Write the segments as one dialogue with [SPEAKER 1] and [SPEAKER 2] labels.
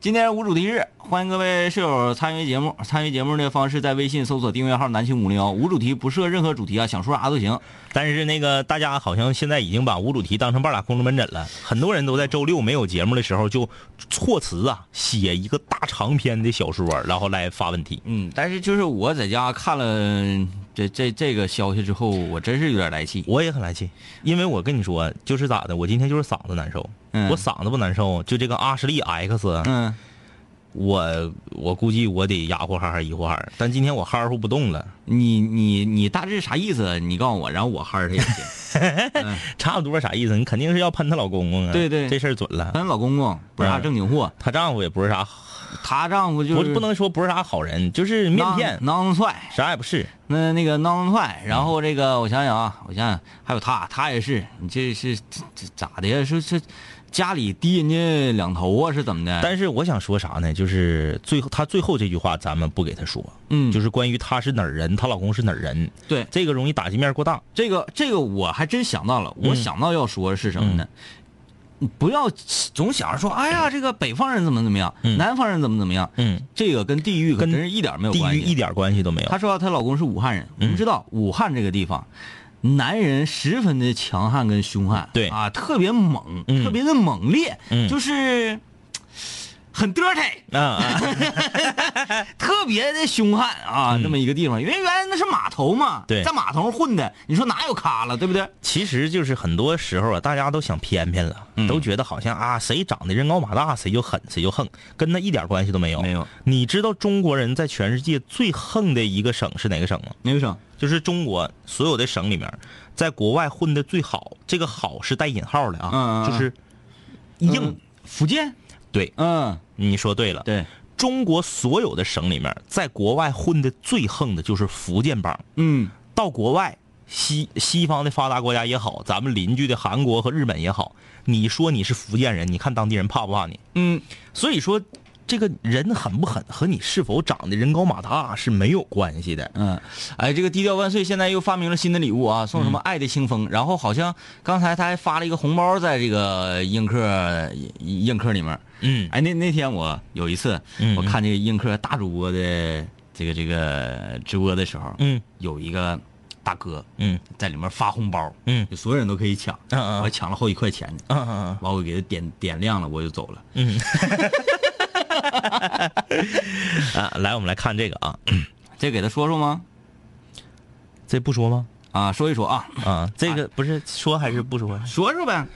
[SPEAKER 1] 今天无主题日，欢迎各位室友参与节目。参与节目的方式在微信搜索订阅号“南青五零幺”，无主题不设任何主题啊，想说啥都行。
[SPEAKER 2] 但是那个大家好像现在已经把无主题当成半拉空中门诊了，很多人都在周六没有节目的时候就措辞啊写一个大长篇的小说，然后来发问题。
[SPEAKER 1] 嗯，但是就是我在家看了这这这个消息之后，我真是有点来气。
[SPEAKER 2] 我也很来气，因为我跟你说，就是咋的，我今天就是嗓子难受。
[SPEAKER 1] 嗯
[SPEAKER 2] 我嗓子不难受，就这个阿什利 X，、
[SPEAKER 1] 嗯，
[SPEAKER 2] 我我估计我得哑呼哈哈一呼哈儿。但今天我哈呼不动 了，
[SPEAKER 1] 你你你大致啥意思？你告诉我，然后我哈他一下。
[SPEAKER 2] 差不多啥意思？你肯定是要喷她老公公啊。
[SPEAKER 1] 对对
[SPEAKER 2] 这事儿准了。
[SPEAKER 1] 咱老公公不
[SPEAKER 2] 嗯
[SPEAKER 1] 是啥正经货，
[SPEAKER 2] 她丈夫也不是啥，
[SPEAKER 1] 她丈夫就
[SPEAKER 2] 不
[SPEAKER 1] 是
[SPEAKER 2] 是不能说不是啥好人，就是面
[SPEAKER 1] 骗
[SPEAKER 2] 骗，
[SPEAKER 1] 囊踹。
[SPEAKER 2] 啥也不是。
[SPEAKER 1] 那那个囊中踹，然后这个我想想啊，我想想，还有他，他也是，你这是这这咋的呀？是是家里低人家两头啊，是怎么的？
[SPEAKER 2] 但是我想说啥呢？就是最后她最后这句话咱们不给她说，
[SPEAKER 1] 嗯，
[SPEAKER 2] 就是是关于她是哪儿人，她老公是哪儿人，
[SPEAKER 1] 对
[SPEAKER 2] 这个容易打击面过大。
[SPEAKER 1] 这个这个我还真想到了，我
[SPEAKER 2] 嗯
[SPEAKER 1] 想到要说的是什么呢？不要总想着说，哎呀，这个北方人怎么怎么样，
[SPEAKER 2] 嗯
[SPEAKER 1] 南方人怎么怎么样，
[SPEAKER 2] 嗯，
[SPEAKER 1] 这个跟地域可
[SPEAKER 2] 跟
[SPEAKER 1] 真是一点没有
[SPEAKER 2] 地
[SPEAKER 1] 关
[SPEAKER 2] 域
[SPEAKER 1] 系。啊
[SPEAKER 2] 一点关系都没有。
[SPEAKER 1] 她说她老公是武汉人，我
[SPEAKER 2] 嗯
[SPEAKER 1] 们知道武汉这个地方，男人十分的强悍跟凶悍，
[SPEAKER 2] 对
[SPEAKER 1] 啊，特别猛，
[SPEAKER 2] 嗯
[SPEAKER 1] 特别的猛烈，
[SPEAKER 2] 嗯
[SPEAKER 1] 就是嘖很 dirty，
[SPEAKER 2] 啊啊，
[SPEAKER 1] 特别的凶悍啊，这么一个地方，因为原来那是码头嘛，
[SPEAKER 2] 对
[SPEAKER 1] 在码头上混的，你说哪有咖了，对不对？
[SPEAKER 2] 其实就是很多时候啊，大家都想偏偏了，
[SPEAKER 1] 嗯
[SPEAKER 2] 都觉得好像啊，谁长得人高马大，谁就狠，谁就横，跟他一点关系都没有。
[SPEAKER 1] 没有。
[SPEAKER 2] 你知道中国人在全世界最横的一个省是哪个省吗？
[SPEAKER 1] 那个省，
[SPEAKER 2] 就是中国所有的省里面，在国外混的最好，这个好是带引号的
[SPEAKER 1] 嗯嗯
[SPEAKER 2] 啊，
[SPEAKER 1] 嗯
[SPEAKER 2] 就是硬。
[SPEAKER 1] 嗯福建，
[SPEAKER 2] 对，
[SPEAKER 1] 嗯，
[SPEAKER 2] 你说对了。
[SPEAKER 1] 对，
[SPEAKER 2] 中国所有的省里面，在国外混的最横的就是福建帮。
[SPEAKER 1] 嗯，
[SPEAKER 2] 到国外西西方的发达国家也好，咱们邻居的韩国和日本也好，你说你是福建人，你看当地人怕不怕你？
[SPEAKER 1] 嗯，
[SPEAKER 2] 所以说，这个人狠不狠和你是否长得人高马大是没有关系的。
[SPEAKER 1] 嗯，哎，这个低调万岁现在又发明了新的礼物啊，送什么爱的清风，然后好像刚才他还发了一个红包在这个映客映客里面。
[SPEAKER 2] 嗯
[SPEAKER 1] 哎，那那天我有一次，
[SPEAKER 2] 嗯
[SPEAKER 1] 我看这个映客大主播的这个这个直播的时候，
[SPEAKER 2] 嗯
[SPEAKER 1] 有一个大哥
[SPEAKER 2] 嗯
[SPEAKER 1] 在里面发红包，
[SPEAKER 2] 嗯
[SPEAKER 1] 就所有人都可以抢，
[SPEAKER 2] 嗯嗯
[SPEAKER 1] 我还抢了好几块钱呢，
[SPEAKER 2] 嗯嗯
[SPEAKER 1] 完我给他点点亮了，我就走了。
[SPEAKER 2] 嗯。 啊，来，我们来看这个啊，
[SPEAKER 1] 这给他说说吗？
[SPEAKER 2] 这不说吗？
[SPEAKER 1] 啊，说一说啊，
[SPEAKER 2] 啊，这个不是说还是不说？
[SPEAKER 1] 说说呗。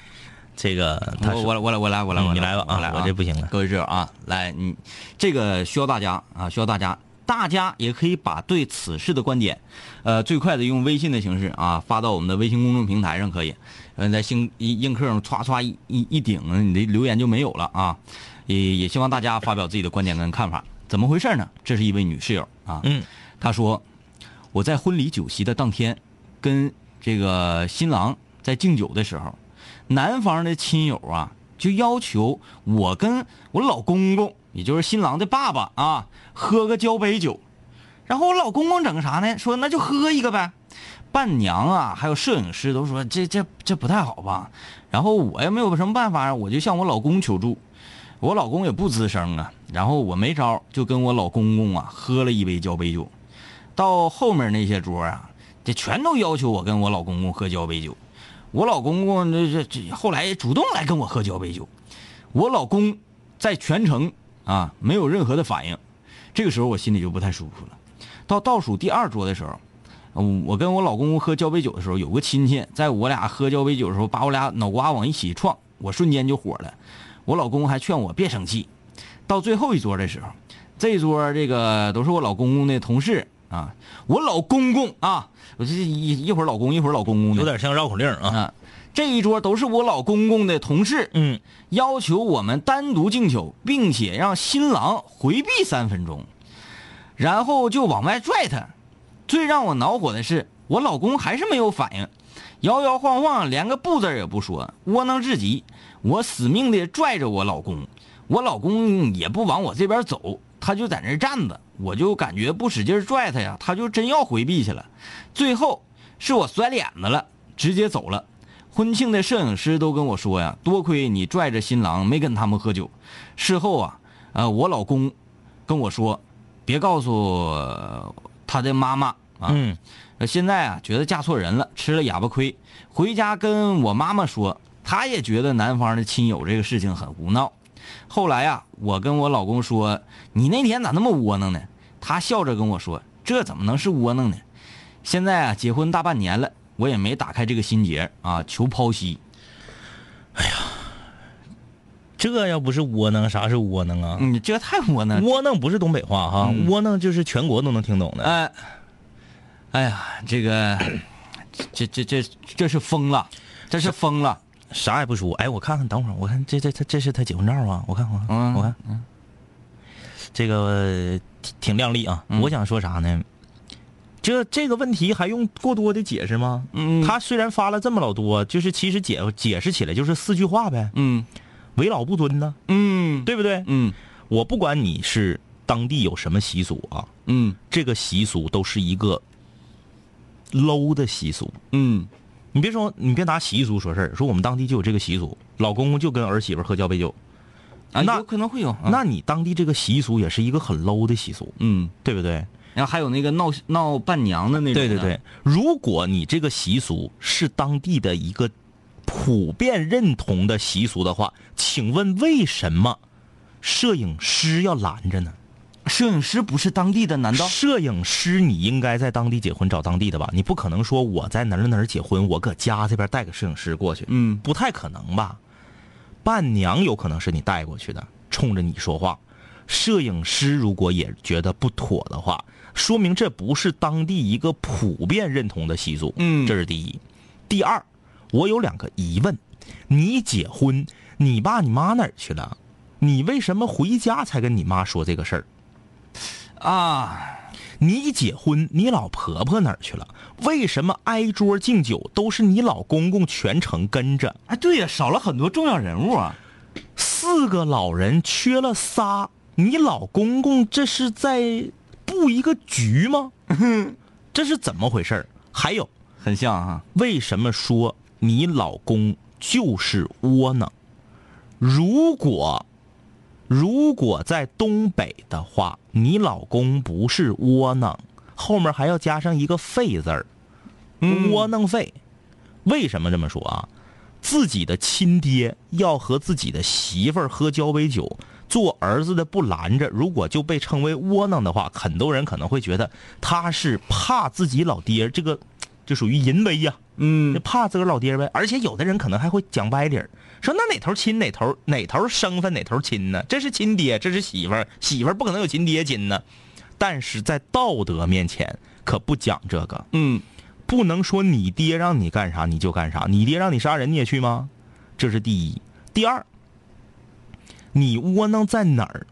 [SPEAKER 2] 这个他
[SPEAKER 1] 我
[SPEAKER 2] 说
[SPEAKER 1] 我来我来我来我来
[SPEAKER 2] 嗯
[SPEAKER 1] 我
[SPEAKER 2] 你来吧
[SPEAKER 1] 我
[SPEAKER 2] 啊
[SPEAKER 1] 来
[SPEAKER 2] 我这不行了
[SPEAKER 1] 各位室友啊，来你这个需要大家啊，需要大家，大家也可以把对此事的观点，呃，最快的用微信的形式啊发到我们的微信公众平台上可以，嗯，在星映映客上歘歘一一一顶，你的留言就没有了啊，也也希望大家发表自己的观点跟看法，怎么回事呢？这是一位女室友啊，
[SPEAKER 2] 嗯
[SPEAKER 1] 她说我在婚礼酒席的当天，跟这个新郎在敬酒的时候，男方的亲友啊，就要求我跟我老公公，也就是新郎的爸爸啊，喝个交杯酒。然后我老公公整个啥呢？说那就喝一个呗。伴娘啊，还有摄影师都说这这这不太好吧。然后我也没有什么办法，我就向我老公求助。我老公也不吱声啊，然后我没招，就跟我老公公啊喝了一杯交杯酒。到后面那些桌啊，这全都要求我跟我老公公喝交杯酒。我老公公这这这后来主动来跟我喝交杯酒，我老公在全程啊没有任何的反应，这个时候我心里就不太舒服了。到倒数第二桌的时候，嗯我跟我老公公喝交杯酒的时候，有个亲戚在我俩喝交杯酒的时候把我俩脑瓜往一起撞，我瞬间就火了。我老公还劝我别生气。到最后一桌的时候，这一桌这个都是我老公公的同事啊，我老公公啊，我这一一会儿老公一会儿老公公的
[SPEAKER 2] 有，点像绕口令啊。
[SPEAKER 1] 啊，这一桌都是我老公公的同事，
[SPEAKER 2] 嗯，
[SPEAKER 1] 要求我们单独敬酒，并且让新郎回避三分钟，然后就往外拽他。最让我恼火的是，我老公还是没有反应，摇摇晃晃，连个不字儿也不说，窝囊至极。我死命的拽着我老公，我老公也不往我这边走，他就在那儿站着，我就感觉不使劲儿拽他呀，他就真要回避去了。最后是我甩脸子了，直接走了。婚庆的摄影师都跟我说呀，多亏你拽着新郎没跟他们喝酒。事后啊，呃，我老公跟我说，别告诉呃他的妈妈啊，
[SPEAKER 2] 嗯
[SPEAKER 1] 呃现在啊觉得嫁错人了，吃了哑巴亏，回家跟我妈妈说，她也觉得男方的亲友这个事情很胡闹。后来啊，我跟我老公说，你那天咋那么窝囊呢？他笑着跟我说，这怎么能是窝囊呢？现在啊，结婚大半年了，我也没打开这个心结啊，求剖析。
[SPEAKER 2] 这要不是窝囊，啥是窝囊啊？
[SPEAKER 1] 你、这太窝囊了。
[SPEAKER 2] 窝囊不是东北话哈，窝囊就是全国都能听懂的。
[SPEAKER 1] 哎，哎呀，这个，这这这这是疯了，这是疯了。
[SPEAKER 2] 啥也不说，哎，我看看，等会儿我看这这他这是他结婚照啊，我看我看、
[SPEAKER 1] 嗯
[SPEAKER 2] 我看，这个呃挺挺靓丽
[SPEAKER 1] 嗯
[SPEAKER 2] 啊。我想说啥呢？这这个问题还用过多的解释吗？
[SPEAKER 1] 嗯
[SPEAKER 2] 他虽然发了这么老多，就是其实解解释起来就是四句话呗，
[SPEAKER 1] 嗯
[SPEAKER 2] 为老不尊呢，
[SPEAKER 1] 嗯
[SPEAKER 2] 对不对？
[SPEAKER 1] 嗯
[SPEAKER 2] 我不管你是当地有什么习俗啊，
[SPEAKER 1] 嗯
[SPEAKER 2] 这个习俗都是一个 low 的习俗。
[SPEAKER 1] 嗯
[SPEAKER 2] 你别说，你别拿习俗说事儿，说我们当地就有这个习俗，老公公就跟儿媳妇喝交杯酒，
[SPEAKER 1] 啊，
[SPEAKER 2] 那
[SPEAKER 1] 有可能会有。啊
[SPEAKER 2] 那你当地这个习俗也是一个很 low 的习俗，
[SPEAKER 1] 嗯，
[SPEAKER 2] 对不对？
[SPEAKER 1] 然后还有那个闹闹伴娘的那种。
[SPEAKER 2] 对对对，，如果你这个习俗是当地的一个普遍认同的习俗的话，请问为什么摄影师要拦着呢？
[SPEAKER 1] 摄影师不是当地的，难道？
[SPEAKER 2] 摄影师你应该在当地结婚，找当地的吧？你不可能说我在哪儿哪儿结婚，我搁家这边带个摄影师过去，
[SPEAKER 1] 嗯
[SPEAKER 2] 不太可能吧？伴娘有可能是你带过去的，冲着你说话。摄影师如果也觉得不妥的话，说明这不是当地一个普遍认同的习俗。
[SPEAKER 1] 嗯
[SPEAKER 2] 这是第一。第二，我有两个疑问：你结婚，你爸你妈哪儿去了？你为什么回家才跟你妈说这个事儿？
[SPEAKER 1] 啊，
[SPEAKER 2] 你一结婚，你老婆婆哪儿去了？为什么挨桌敬酒都是你老公公全程跟着？
[SPEAKER 1] 哎，对呀，少了很多重要人物啊。
[SPEAKER 2] 四个老人缺了仨，你老公公这是在布一个局吗？这是怎么回事儿？还有，
[SPEAKER 1] 很像啊，
[SPEAKER 2] 为什么说你老公就是窝囊？如果如果在东北的话，你老公不是窝囊，后面还要加上一个“废”字儿，窝囊废。为什么这么说啊？自己的亲爹要和自己的媳妇儿喝交杯酒，做儿子的不拦着，如果就被称为窝囊的话，很多人可能会觉得他是怕自己老爹这个，就属于淫威呀、
[SPEAKER 1] 嗯
[SPEAKER 2] 就怕自个儿老爹呗。而且有的人可能还会讲歪理儿，说那哪头亲哪头哪头生分哪头亲呢？这是亲爹，这是媳妇儿，媳妇儿不可能有亲爹亲呢。但是在道德面前可不讲这个，
[SPEAKER 1] 嗯
[SPEAKER 2] 不能说你爹让你干啥你就干啥，你爹让你杀人你也去吗？这是第一。第二，你窝囊在哪儿？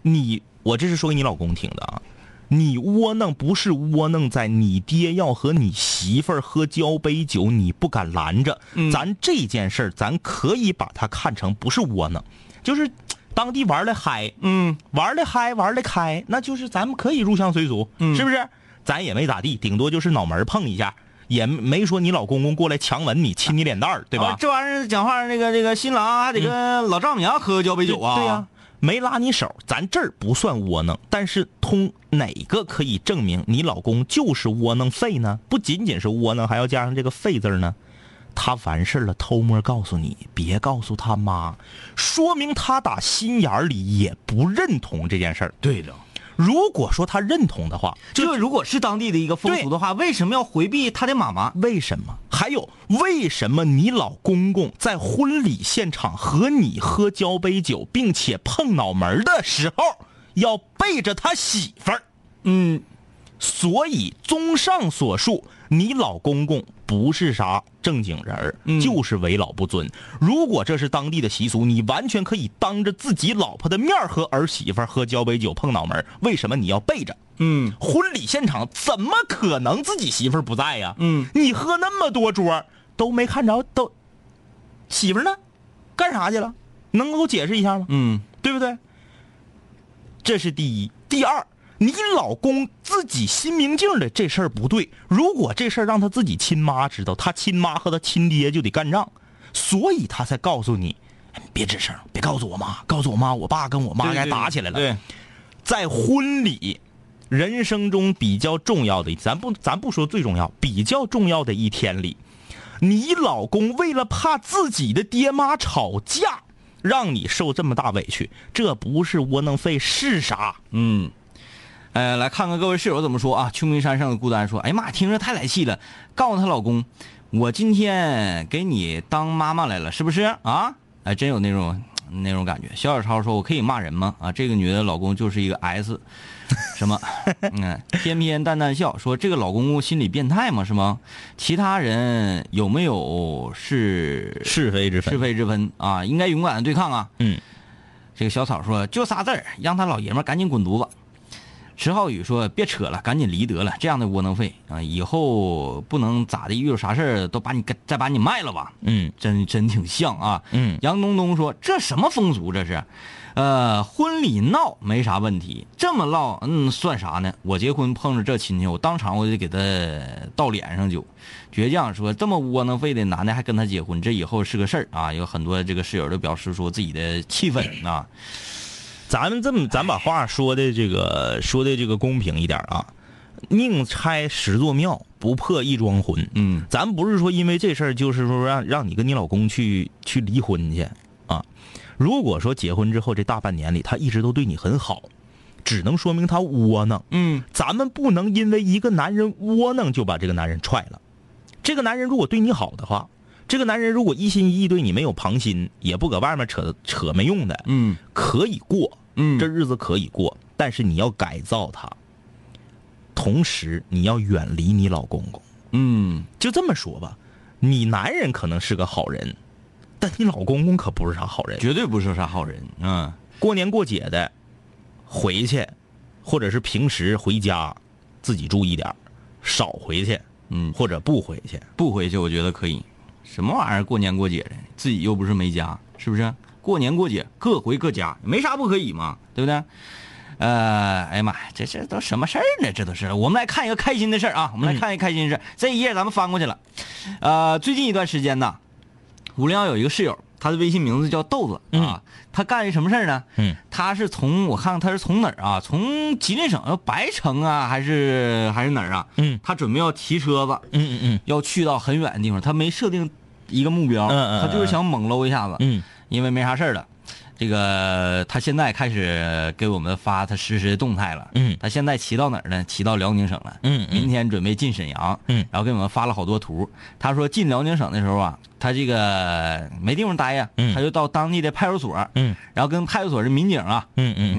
[SPEAKER 2] 你我这是说给你老公听的啊，你窝囊不是窝囊在你爹要和你媳妇儿喝交杯酒，你不敢拦着。咱这件事儿，咱可以把它看成不是窝囊，就是当地玩的嗨，
[SPEAKER 1] 嗯
[SPEAKER 2] 玩的嗨，玩的开，那就是咱们可以入乡随俗，是不是？咱也没咋地，顶多就是脑门儿碰一下，也没说你老公公过来强吻你、亲你脸蛋儿，对吧？
[SPEAKER 1] 哦这玩意儿讲话，那个这个新郎啊还得跟老丈母娘喝交杯酒啊。
[SPEAKER 2] 对呀、没拉你手，咱这儿不算窝囊。但是通哪个可以证明你老公就是窝囊废呢？不仅仅是窝囊，还要加上这个“废”字儿呢。他完事儿了，偷摸告诉你，别告诉他妈，说明他打心眼儿里也不认同这件事儿。
[SPEAKER 1] 对的。
[SPEAKER 2] 如果说他认同的话，
[SPEAKER 1] 这如果是当地的一个风俗的话，为什么要回避他的妈妈？
[SPEAKER 2] 为什么？还有为什么你老公公在婚礼现场和你喝交杯酒，并且碰脑门儿的时候要背着他媳妇儿？
[SPEAKER 1] 嗯，
[SPEAKER 2] 所以，综上所述，你老公公不是啥正经人儿，就是为老不尊。如果这是当地的习俗，你完全可以当着自己老婆的面儿和儿媳妇儿喝交杯酒、碰脑门儿，为什么你要背着？
[SPEAKER 1] 嗯，
[SPEAKER 2] 婚礼现场怎么可能自己媳妇儿不在呀？
[SPEAKER 1] 嗯，
[SPEAKER 2] 你喝那么多桌都没看着，都媳妇儿呢？干啥去了？能给我解释一下吗？
[SPEAKER 1] 嗯，
[SPEAKER 2] 对不对？这是第一，第二，你老公自己心明镜的这事儿不对。如果这事儿让他自己亲妈知道，他亲妈和他亲爹就得干仗，所以他才告诉你，哎别吱声，别告诉我妈，告诉我妈，我爸跟我妈
[SPEAKER 1] 对
[SPEAKER 2] 该
[SPEAKER 1] 对
[SPEAKER 2] 打起来了。
[SPEAKER 1] 对，
[SPEAKER 2] 在婚礼，人生中比较重要的，咱不咱不说最重要，比较重要的一天里，你老公为了怕自己的爹妈吵架，让你受这么大委屈，这不是窝囊废是啥？
[SPEAKER 1] 嗯，呃，来看看各位室友怎么说啊？秋名山上的孤单说：“哎呀妈，听着太来气了，告诉她老公，我今天给你当妈妈来了，是不是啊？”哎，真有那种嗯那种感觉。小小超说：“我可以骂人吗？”啊，这个女的老公就是一个 S，什么？ 嗯，偏偏淡淡笑说：“这个老公公心理变态吗？是吗？其他人有没有是
[SPEAKER 2] 是非之
[SPEAKER 1] 是
[SPEAKER 2] 分。
[SPEAKER 1] 非之分啊？应该勇敢的对抗啊！
[SPEAKER 2] 嗯，
[SPEAKER 1] 这个小草说就仨字儿，让他老爷们儿赶紧滚犊子。石浩宇说别扯了，赶紧离得了，这样的窝囊废啊，以后不能咋的，遇到啥事儿都把你给再把你卖了吧。
[SPEAKER 2] 嗯
[SPEAKER 1] 真真挺像啊。
[SPEAKER 2] 嗯
[SPEAKER 1] 杨东东说这什么风俗这是？呃，婚礼闹没啥问题，这么唠，嗯，算啥呢？我结婚碰着这亲戚，我当场我就给他倒脸上就。倔强说这么窝囊废的男的还跟他结婚，这以后是个事儿啊！有很多这个室友都表示说自己的气愤啊。
[SPEAKER 2] 咱们这么，咱把话说的这个说的这个公平一点啊，宁拆十座庙，不破一桩婚。
[SPEAKER 1] 嗯
[SPEAKER 2] 咱不是说因为这事儿，就是说让让你跟你老公去去离婚去啊。如果说结婚之后这大半年里，他一直都对你很好，只能说明他窝囊。
[SPEAKER 1] 嗯
[SPEAKER 2] 咱们不能因为一个男人窝囊就把这个男人踹了。这个男人如果对你好的话，这个男人如果一心一意对你没有旁心，也不搁外面扯扯没用的，
[SPEAKER 1] 嗯
[SPEAKER 2] 可以过，
[SPEAKER 1] 嗯，
[SPEAKER 2] 这日子可以过，但是你要改造他，同时你要远离你老公公。
[SPEAKER 1] 嗯
[SPEAKER 2] 就这么说吧，你男人可能是个好人，但你老公公可不是啥好人。
[SPEAKER 1] 绝对不是啥好人啊。
[SPEAKER 2] 过年过节的回去，或者是平时回家，自己注意点儿，少回去，
[SPEAKER 1] 嗯，
[SPEAKER 2] 或者不回去。
[SPEAKER 1] 不回去我觉得可以。什么玩意儿过年过节的，自己又不是没家，是不是？过年过节各回各家，没啥不可以嘛，对不对？呃，哎呀妈呀，这这都什么事儿呢？这都是我们来看一个开心的事儿啊，我们来看一个开心的事儿。这一页咱们翻过去了，呃，最近一段时间呢，五零幺有一个室友，他的微信名字叫豆子啊，他干一什么事儿呢？
[SPEAKER 2] 嗯，
[SPEAKER 1] 他是从我看看他是从哪儿啊？从吉林省呃白城啊，还是还是哪儿啊？
[SPEAKER 2] 嗯，
[SPEAKER 1] 他准备要骑车子，
[SPEAKER 2] 嗯嗯
[SPEAKER 1] 要去到很远的地方，他没设定一个目标，
[SPEAKER 2] 嗯嗯嗯
[SPEAKER 1] 他就是想猛搂一下子，
[SPEAKER 2] 嗯
[SPEAKER 1] 因为没啥事儿了。这个他现在开始给我们发他实时的动态了，
[SPEAKER 2] 嗯
[SPEAKER 1] 他现在骑到哪儿呢？骑到辽宁省了，
[SPEAKER 2] 嗯
[SPEAKER 1] 明天准备进沈阳，
[SPEAKER 2] 嗯
[SPEAKER 1] 然后给我们发了好多图。他说进辽宁省的时候啊，他这个没地方待呀，
[SPEAKER 2] 嗯
[SPEAKER 1] 他就到当地的派出所，
[SPEAKER 2] 嗯
[SPEAKER 1] 然后跟派出所的民警啊，
[SPEAKER 2] 嗯嗯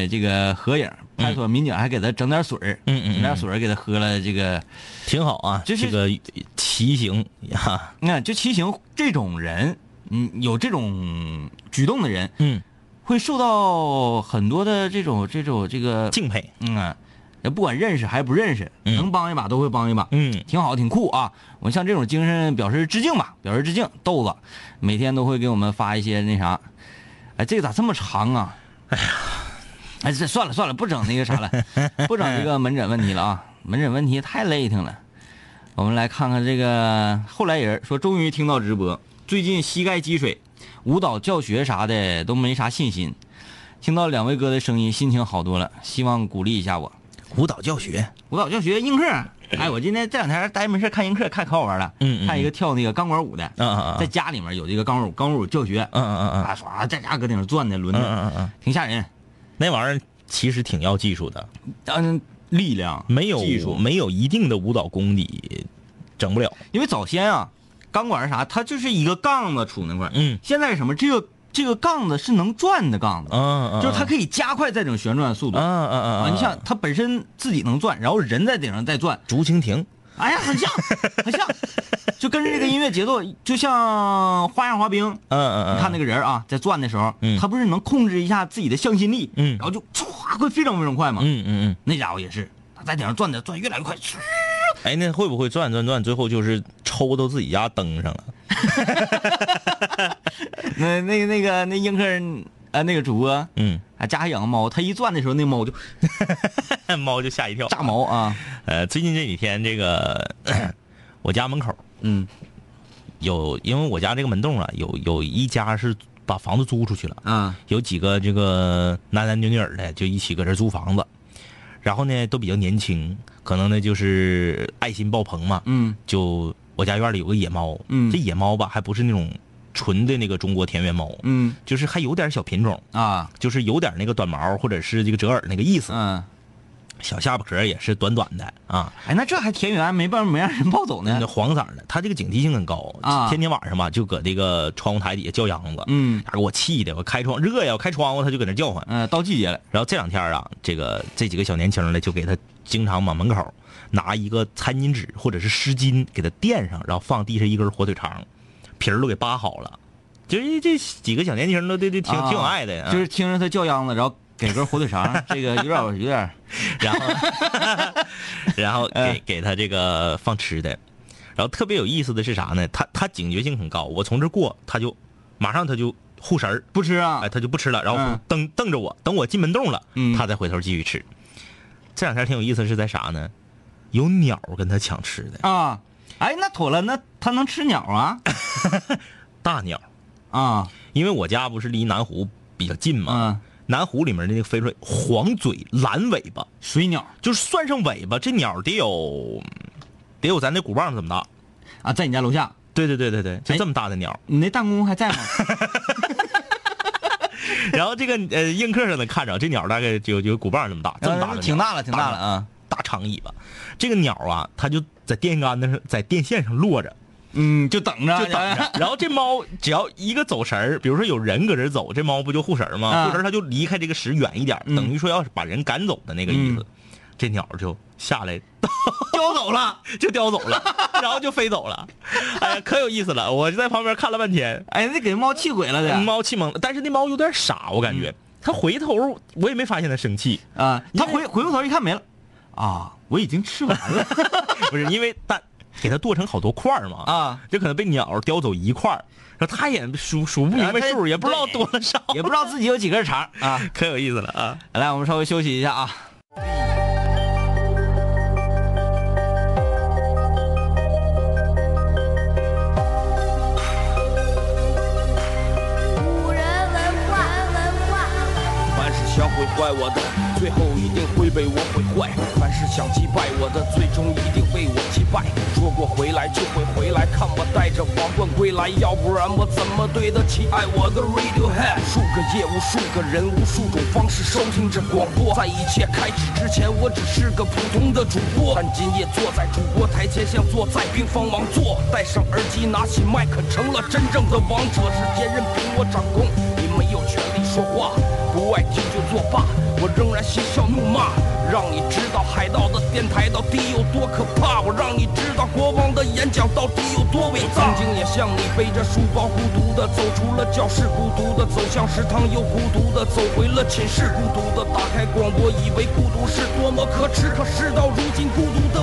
[SPEAKER 1] 呃，这个合影。派出所民警还给他整点水儿
[SPEAKER 2] 嗯嗯嗯
[SPEAKER 1] 整点水儿给他喝了，这个
[SPEAKER 2] 挺好啊，
[SPEAKER 1] 就是
[SPEAKER 2] 这个骑行呀，
[SPEAKER 1] 那就骑行这种人，嗯，有这种举动的人，
[SPEAKER 2] 嗯，
[SPEAKER 1] 会受到很多的这种这种这个，
[SPEAKER 2] 敬佩，
[SPEAKER 1] 嗯啊，不管认识还不认识，
[SPEAKER 2] 嗯
[SPEAKER 1] 能帮一把都会帮一把，
[SPEAKER 2] 嗯
[SPEAKER 1] 挺好，挺酷啊！我向这种精神表示致敬吧，表示致敬。豆子每天都会给我们发一些那啥，哎，这个咋这么长啊？哎呀，哎，这算了算了，不整那个啥了，不整这个门诊问题了啊，门诊问题太累挺了。我们来看看这个后来人说，终于听到直播，最近膝盖积水，舞蹈教学啥的都没啥信心，听到两位哥的声音，心情好多了，希望鼓励一下我。
[SPEAKER 2] 舞蹈教学，
[SPEAKER 1] 舞蹈教学映客。哎，我今天这两天待没事看映客，看可好玩了。
[SPEAKER 2] 嗯嗯嗯
[SPEAKER 1] 看一个跳那个钢管舞的，
[SPEAKER 2] 啊啊啊
[SPEAKER 1] 在家里面有这个钢管舞钢管舞教学，
[SPEAKER 2] 嗯嗯嗯
[SPEAKER 1] 啊，唰在家搁顶上转的轮
[SPEAKER 2] 嗯
[SPEAKER 1] 的，
[SPEAKER 2] 嗯嗯，
[SPEAKER 1] 挺吓人。
[SPEAKER 2] 那玩意儿其实挺要技术的，
[SPEAKER 1] 嗯，力量
[SPEAKER 2] 没有
[SPEAKER 1] 技术，
[SPEAKER 2] 没有一定的舞蹈功底，整不了。
[SPEAKER 1] 因为早先啊，钢管啥，它就是一个杠子杵那块儿
[SPEAKER 2] 嗯
[SPEAKER 1] 现在是什么，这个这个杠子是能转的杠子，
[SPEAKER 2] 嗯嗯，
[SPEAKER 1] 就是它可以加快这种旋转速度。
[SPEAKER 2] 嗯嗯嗯
[SPEAKER 1] 啊，
[SPEAKER 2] 嗯，
[SPEAKER 1] 你想它本身自己能转，然后人在顶上再转，
[SPEAKER 2] 竹蜻蜓，
[SPEAKER 1] 哎呀，很像，很像，就跟着这个音乐节奏，就像花样滑冰，
[SPEAKER 2] 嗯嗯嗯，
[SPEAKER 1] 你看那个人啊，在转的时候，
[SPEAKER 2] 嗯
[SPEAKER 1] 他不是能控制一下自己的向心力，
[SPEAKER 2] 嗯
[SPEAKER 1] 然后就唰会非常非常快嘛。
[SPEAKER 2] 嗯嗯
[SPEAKER 1] 那家伙也是，他在顶上转的转越来越快，唰
[SPEAKER 2] 嗯，哎，那会不会转转转，最后就是抽到自己家灯上了？
[SPEAKER 1] 那那个那个那映客人呃那个主播
[SPEAKER 2] 嗯，
[SPEAKER 1] 啊家还养个猫，他一转的时候那猫就
[SPEAKER 2] 猫就吓一跳。
[SPEAKER 1] 炸毛啊，
[SPEAKER 2] 呃，最近这几天这个， 我家门口
[SPEAKER 1] 嗯
[SPEAKER 2] 有，因为我家这个门洞啊，有有一家是把房子租出去了。
[SPEAKER 1] 啊
[SPEAKER 2] 有几个这个男男女女儿的就一起搁这儿租房子，然后呢都比较年轻，可能呢就是爱心爆棚嘛。
[SPEAKER 1] 嗯
[SPEAKER 2] 就我家院里有个野猫，
[SPEAKER 1] 嗯
[SPEAKER 2] 这野猫吧还不是那种纯的那个中国田园猫，
[SPEAKER 1] 嗯
[SPEAKER 2] 就是还有点小品种，
[SPEAKER 1] 啊
[SPEAKER 2] 就是有点那个短毛或者是这个折耳那个意思，
[SPEAKER 1] 嗯，
[SPEAKER 2] 小下巴壳也是短短的啊，
[SPEAKER 1] 哎，那这还田园没办法没让人抱走呢
[SPEAKER 2] 那。黄色儿的，它这个警惕性很高
[SPEAKER 1] 嗯啊
[SPEAKER 2] 天天晚上吧就搁这个窗户台底下叫秧子，
[SPEAKER 1] 嗯
[SPEAKER 2] 啊，给我气的，我开窗热呀，我开窗户它就搁那叫唤。
[SPEAKER 1] 嗯、到季节了，
[SPEAKER 2] 然后这两天啊，这个这几个小年轻的就给他经常往门口拿一个餐巾纸或者是湿巾给他垫上，然后放地上一根火腿肠，皮儿都给扒好了。就是这几个小年轻都都都挺、
[SPEAKER 1] 啊
[SPEAKER 2] 挺有爱的呀，
[SPEAKER 1] 就是听着他叫秧子，然后给根火腿 肠，这个有点有点
[SPEAKER 2] 然后 然 后
[SPEAKER 1] 哎
[SPEAKER 2] 给给他这个放吃的，然后特别有意思的是啥呢？他他警觉性很高，我从这过他就马上他就护食儿，
[SPEAKER 1] 不吃啊
[SPEAKER 2] 哎，。他就不吃了，然后
[SPEAKER 1] 嗯
[SPEAKER 2] 瞪瞪着我，等我进门洞了，
[SPEAKER 1] 嗯
[SPEAKER 2] 他再回头继续吃。这两天挺有意思是在啥呢？有鸟跟他抢吃的，
[SPEAKER 1] 啊，哎，那妥了，那它能吃鸟 啊？
[SPEAKER 2] 大鸟，
[SPEAKER 1] 啊，
[SPEAKER 2] 因为我家不是离南湖比较近嘛，
[SPEAKER 1] 嗯，
[SPEAKER 2] 南湖里面那个飞出来黄嘴蓝尾巴，
[SPEAKER 1] 水鸟
[SPEAKER 2] 就是算上尾巴，这鸟得有得有咱那鼓棒子这么大。
[SPEAKER 1] 啊，在你家楼下，
[SPEAKER 2] 对对对对对，就
[SPEAKER 1] 哎
[SPEAKER 2] 这么大的鸟。
[SPEAKER 1] 你那弹弓还 在吗？
[SPEAKER 2] 然后这个呃映客上能看着，这鸟大概就有鼓棒这么大，这么大的鸟，
[SPEAKER 1] 嗯呃挺大了，挺大了啊。
[SPEAKER 2] 大长尾巴。这个鸟啊，它就在电线杆子上，在电线上落着，
[SPEAKER 1] 嗯，就等着，
[SPEAKER 2] 就等着。然后这猫只要一个走神儿，比如说有人搁这儿走，这猫不就护食儿吗？
[SPEAKER 1] 啊
[SPEAKER 2] 护食儿它就离开这个石远一点儿，
[SPEAKER 1] 嗯
[SPEAKER 2] 等于说要是把人赶走的那个意思。这鸟就下来
[SPEAKER 1] 叼走了。
[SPEAKER 2] 就叼走了，然后就飞走了。哎呀，可有意思了！我就在旁边看了半天，
[SPEAKER 1] 哎，那嗯给猫气鬼了的
[SPEAKER 2] 猫气蒙了，但是那猫有点傻，我感觉。
[SPEAKER 1] 嗯
[SPEAKER 2] 它回头，我也没发现它生气，
[SPEAKER 1] 啊！它回回过头一看没了，啊，我已经吃完了
[SPEAKER 2] 不是因为蛋给它剁成好多块儿嘛，
[SPEAKER 1] 啊，
[SPEAKER 2] 就可能被鸟叼走一块儿，然后它也数数不明
[SPEAKER 1] 啊
[SPEAKER 2] 白
[SPEAKER 1] 它
[SPEAKER 2] 数，也不知道
[SPEAKER 1] 对
[SPEAKER 2] 多了少，
[SPEAKER 1] 也不知道自己有几根肠啊。
[SPEAKER 2] 可有意思了啊！
[SPEAKER 1] 来，我们稍微休息一下啊。
[SPEAKER 3] 古人文化，文化。
[SPEAKER 4] 凡是想毁坏我的，最后一定会被我毁坏；凡是想击败我的，最终一定被我击败。说过回来就会回来，看我带着王冠归来，要不然我怎么对得起爱我的 Radiohead？数个夜，无数个人，无数种方式收听着广播。在一切开始之前，我只是个普通的主播，但今夜坐在主播台前，像坐在冰封王座。戴上耳机，拿起麦克，成了真正的王者。世界任凭我掌控，你没有权利说话。不爱听就作罢，我仍然嬉笑怒骂，让你知道海盗的电台到底有多可怕，我让你知道国王的演讲到底有多伟大。曾经也像你背着书包孤独的走出了教室，孤独的走向食堂，又孤独的走回了寝室，孤独的打开广播，以为孤独是多么可耻，可事到如今，孤独的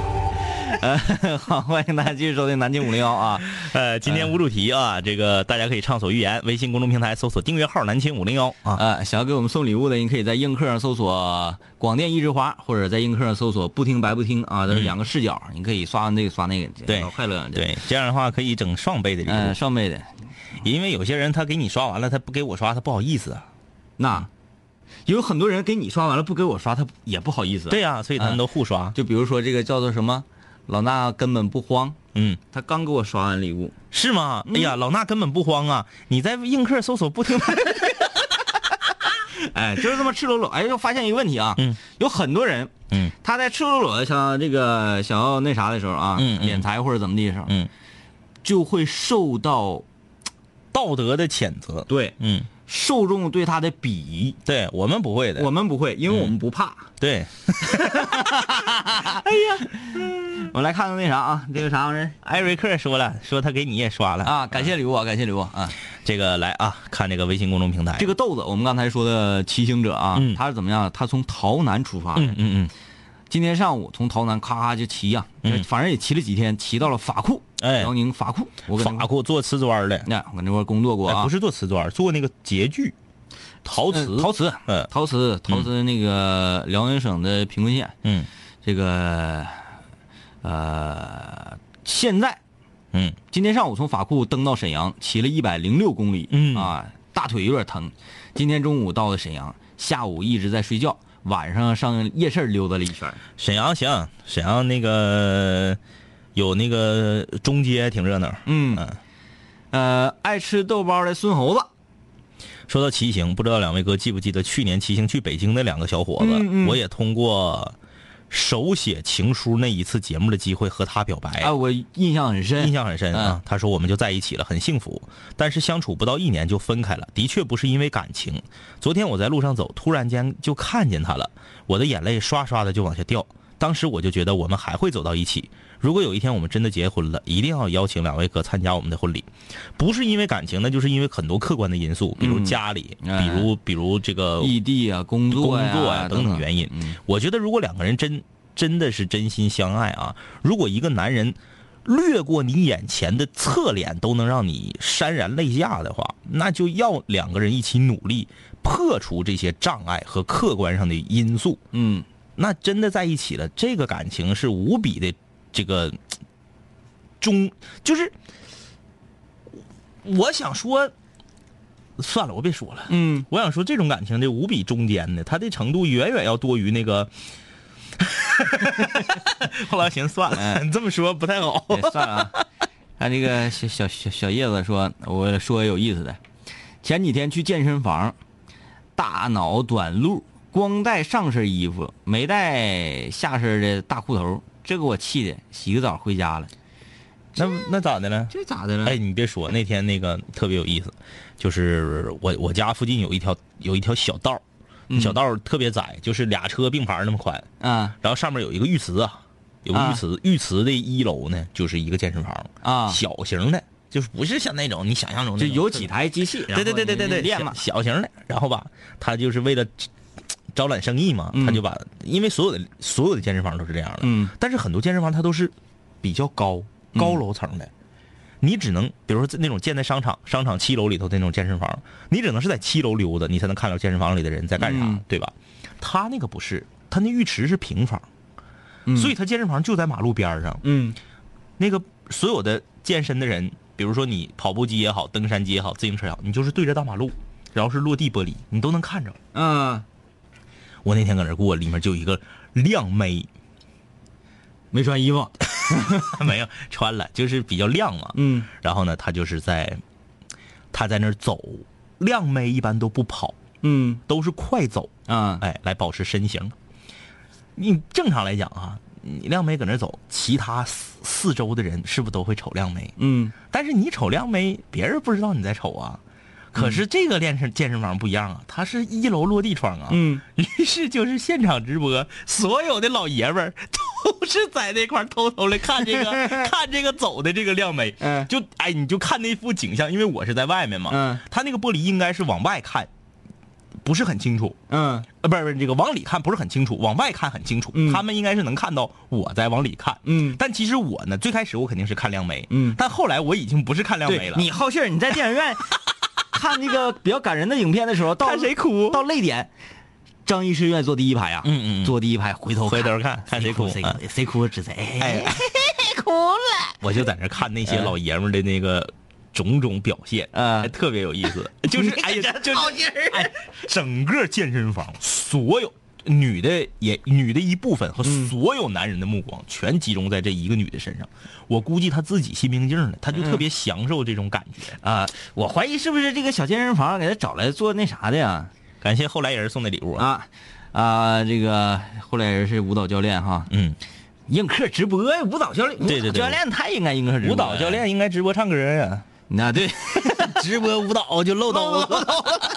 [SPEAKER 1] 好，欢迎大家继续收听南京五零幺啊。
[SPEAKER 2] 呃，今天无主题啊，这个大家可以畅所欲言，微信公众平台搜索订阅号“南秦五零幺”啊。
[SPEAKER 1] 呃，想要给我们送礼物的，你可以在映客上搜索“广电一枝花”，或者在映客上搜索“不听白不听”啊，这是两个视角，你可以刷完这个刷那个，
[SPEAKER 2] 对
[SPEAKER 1] 老快乐。，
[SPEAKER 2] 对，这样的话可以整双倍的礼
[SPEAKER 1] 嗯、
[SPEAKER 2] 物，
[SPEAKER 1] 上辈的
[SPEAKER 2] 因为有些人他给你刷完了，他不给我刷，他不好意思啊。
[SPEAKER 1] 那有很多人给你刷完了不给我刷，他也不好意思。啊
[SPEAKER 2] 对，啊呀、所以他们都互刷。
[SPEAKER 1] 就比如说这个叫做什么，老衲根本不慌，
[SPEAKER 2] 嗯，
[SPEAKER 1] 他刚给我刷完礼 物，
[SPEAKER 2] 是吗？哎呀，老衲根本不慌啊！你在映客搜索不听，
[SPEAKER 1] 哎，就是这么赤裸裸。哎，又发现一个问题啊，
[SPEAKER 2] 嗯
[SPEAKER 1] 有很多人，
[SPEAKER 2] 嗯，
[SPEAKER 1] 他在赤裸裸的想这个想要那啥的时候啊，
[SPEAKER 2] 嗯嗯
[SPEAKER 1] 敛财或者怎么地的时候，
[SPEAKER 2] 嗯，
[SPEAKER 1] 就会受到
[SPEAKER 2] 道德的谴责。
[SPEAKER 1] 对
[SPEAKER 2] 嗯，
[SPEAKER 1] 受众对他的鄙夷。
[SPEAKER 2] 对我们不会的。
[SPEAKER 1] 我们不会，因为我们不怕。
[SPEAKER 2] 对，
[SPEAKER 1] 我们来看看那啥啊，这个啥玩意儿
[SPEAKER 2] 艾瑞克说了，说他给你也刷了
[SPEAKER 1] 啊？感谢礼物啊，感谢礼物啊！
[SPEAKER 2] 这这个来啊，看这个微信公众平台，
[SPEAKER 1] 这个豆子，我们刚才说的骑行者啊，
[SPEAKER 2] 嗯
[SPEAKER 1] 他是怎么样？他从洮南出发的，
[SPEAKER 2] 嗯嗯
[SPEAKER 1] 今天上午从洮南咔咔就骑呀、
[SPEAKER 2] 嗯
[SPEAKER 1] 反正也骑了几天，骑到了法库，
[SPEAKER 2] 哎
[SPEAKER 1] 辽宁法库，我
[SPEAKER 2] 嗯，
[SPEAKER 1] 跟
[SPEAKER 2] 法库做瓷砖的，
[SPEAKER 1] 那我跟这块工作过
[SPEAKER 2] 哎
[SPEAKER 1] 啊，
[SPEAKER 2] 不是做瓷砖，做那个洁具，陶瓷，
[SPEAKER 1] 呃陶瓷，
[SPEAKER 2] 嗯
[SPEAKER 1] 陶瓷，陶瓷那个辽宁省的贫困县，
[SPEAKER 2] 嗯
[SPEAKER 1] 这个呃，现在
[SPEAKER 2] 嗯
[SPEAKER 1] 今天上午从法库登到沈阳，骑了一百零六公里，
[SPEAKER 2] 嗯
[SPEAKER 1] 啊，大腿有点疼。今天中午到的沈阳，下午一直在睡觉，晚上上夜市溜达了一圈。
[SPEAKER 2] 沈阳行，沈阳那个有那个中街挺热闹。
[SPEAKER 1] 嗯
[SPEAKER 2] 嗯
[SPEAKER 1] 呃，爱吃豆包的孙猴子，
[SPEAKER 2] 说到骑行，不知道两位哥记不记得去年骑行去北京的两个小伙子，
[SPEAKER 1] 嗯嗯
[SPEAKER 2] 我也通过手写情书那一次节目的机会和他表白。
[SPEAKER 1] 哎、我印象很深，
[SPEAKER 2] 印象很深啊
[SPEAKER 1] 嗯。
[SPEAKER 2] 他说我们就在一起了，很幸福，但是相处不到一年就分开了，的确不是因为感情。昨天我在路上走，突然间就看见他了，我的眼泪刷刷的就往下掉。当时我就觉得我们还会走到一起。如果有一天我们真的结婚了，一定要邀请两位哥参加我们的婚礼，不是因为感情，那就是因为很多客观的因素，比如
[SPEAKER 1] 嗯
[SPEAKER 2] 家里，
[SPEAKER 1] 哎
[SPEAKER 2] 比如比如这个
[SPEAKER 1] 异地啊，工作呀、
[SPEAKER 2] 工作呀等
[SPEAKER 1] 等
[SPEAKER 2] 等原因
[SPEAKER 1] 嗯
[SPEAKER 2] 我觉得如果两个人真真的是真心相爱啊，如果一个男人掠过你眼前的侧脸都能让你潸然泪下的话，那就要两个人一起努力破除这些障碍和客观上的因素。
[SPEAKER 1] 嗯，
[SPEAKER 2] 那真的在一起了，这个感情是无比的这个中，就是我想说，算了，我别说了。
[SPEAKER 1] 嗯，
[SPEAKER 2] 我想说，这种感情的无比中间的，它的程度远远要多于那个。 后来寻思算了， 你这么说不太好。
[SPEAKER 1] 哎算了啊。看这个小小小小叶子说，我说有意思的，前几天去健身房，大脑短路，光带上身衣服，没带下身的大裤头，这给我气的，洗个澡回家了。
[SPEAKER 2] 那那咋的呢？
[SPEAKER 1] 这咋的了？
[SPEAKER 2] 哎，你别说，那天那个特别有意思，就是我我家附近有一条有一条小道儿，
[SPEAKER 1] 嗯
[SPEAKER 2] 小道儿特别窄，就是俩车并排那么宽，
[SPEAKER 1] 啊
[SPEAKER 2] 然后上面有一个浴池啊，有个
[SPEAKER 1] 啊
[SPEAKER 2] 浴池，浴池的一楼呢就是一个健身房，
[SPEAKER 1] 啊，
[SPEAKER 2] 小型的，就是不是像那种你想象中那
[SPEAKER 1] 就
[SPEAKER 2] 种
[SPEAKER 1] 有几台机器，然
[SPEAKER 2] 对
[SPEAKER 1] 后
[SPEAKER 2] 对对对对对，
[SPEAKER 1] 你练嘛。
[SPEAKER 2] 小小型的。然后吧，他就是为了招招揽生意嘛，
[SPEAKER 1] 嗯
[SPEAKER 2] 他就把因为所有的所有的健身房都是这样的，
[SPEAKER 1] 嗯
[SPEAKER 2] 但是很多健身房它都是比较高高楼层的，你只能比如说那种建在商场商场七楼里头的那种健身房，你只能是在七楼溜达，你才能看到健身房里的人在干啥，
[SPEAKER 1] 嗯
[SPEAKER 2] 对吧？他那个不是，他那浴池是平房，
[SPEAKER 1] 嗯
[SPEAKER 2] 所以他健身房就在马路边儿上，
[SPEAKER 1] 嗯
[SPEAKER 2] 那个所有的健身的人，比如说你跑步机也好，登山机也好，自行车也好，你就是对着大马路，然后是落地玻璃，你都能看着。
[SPEAKER 1] 啊，
[SPEAKER 2] 我那天搁那儿过，里面就有一个靓妹，
[SPEAKER 1] 没穿衣服。
[SPEAKER 2] 没有穿了，就是比较亮嘛。
[SPEAKER 1] 嗯
[SPEAKER 2] 然后呢，她就是在，她在那儿走，靓妹一般都不跑，
[SPEAKER 1] 嗯
[SPEAKER 2] 都是快走，
[SPEAKER 1] 啊
[SPEAKER 2] 哎，来保持身形。你正常来讲啊，你靓妹搁那儿走，其他四四周的人是不是都会瞅靓妹？
[SPEAKER 1] 嗯
[SPEAKER 2] 但是你瞅靓妹，别人不知道你在瞅啊。可
[SPEAKER 1] 嗯
[SPEAKER 2] 是这个练身健身房不一样啊，它是一楼落地窗啊。
[SPEAKER 1] 嗯，
[SPEAKER 2] 于是就是现场直播，所有的老爷们儿都是在那块儿偷偷的看这 个看这个走的这个靓妹。
[SPEAKER 1] 嗯
[SPEAKER 2] 就哎，你就看那幅景象，因为我是在外面嘛。
[SPEAKER 1] 嗯，
[SPEAKER 2] 他那个玻璃应该是往外看，不是很清楚。
[SPEAKER 1] 嗯
[SPEAKER 2] 呃，不是不是，这个往里看不是很清楚，往外看很清楚。
[SPEAKER 1] 嗯
[SPEAKER 2] 他们应该是能看到我在往里看。
[SPEAKER 1] 嗯
[SPEAKER 2] 但其实我呢，最开始我肯定是看亮梅。
[SPEAKER 1] 嗯
[SPEAKER 2] 但后来我已经不是看亮梅
[SPEAKER 1] 对
[SPEAKER 2] 了。
[SPEAKER 1] 你好信儿，你在电影 院看那个比较感人的影片的时候，到
[SPEAKER 2] 看谁哭
[SPEAKER 1] 到泪点，张医师愿意坐第一排啊，
[SPEAKER 2] 嗯嗯嗯
[SPEAKER 1] 坐第一排回头
[SPEAKER 2] 回头看看谁
[SPEAKER 1] 谁
[SPEAKER 2] 哭
[SPEAKER 1] 谁
[SPEAKER 2] 啊
[SPEAKER 1] 哭谁哭指谁，
[SPEAKER 2] 哎，
[SPEAKER 3] 哭了。
[SPEAKER 2] 我就在那看那些老爷们儿的那个种种表现，
[SPEAKER 1] 嗯
[SPEAKER 2] 哎特别有意思。就是哎呀，就是哎，整个健身房所有。女的也女的一部分和
[SPEAKER 1] 嗯
[SPEAKER 2] 所有男人的目光全集中在这一个女的身上，我估计她自己心平静儿的，她
[SPEAKER 1] 嗯
[SPEAKER 2] 就特别享受这种感觉。
[SPEAKER 1] 啊、我怀疑是不是这个小健身房给他找来做那啥的呀？
[SPEAKER 2] 感谢后来人送的礼物啊，
[SPEAKER 1] 啊啊，这个后来人是舞蹈教练哈，
[SPEAKER 2] 嗯，
[SPEAKER 1] 映客直播呀，舞蹈教练，
[SPEAKER 2] 对对对
[SPEAKER 1] 舞蹈教练太应该映客直播了
[SPEAKER 2] 舞蹈教，练应该直播 唱歌呀，
[SPEAKER 1] 那对，
[SPEAKER 2] 直播舞蹈就漏
[SPEAKER 1] 漏
[SPEAKER 2] 兜子。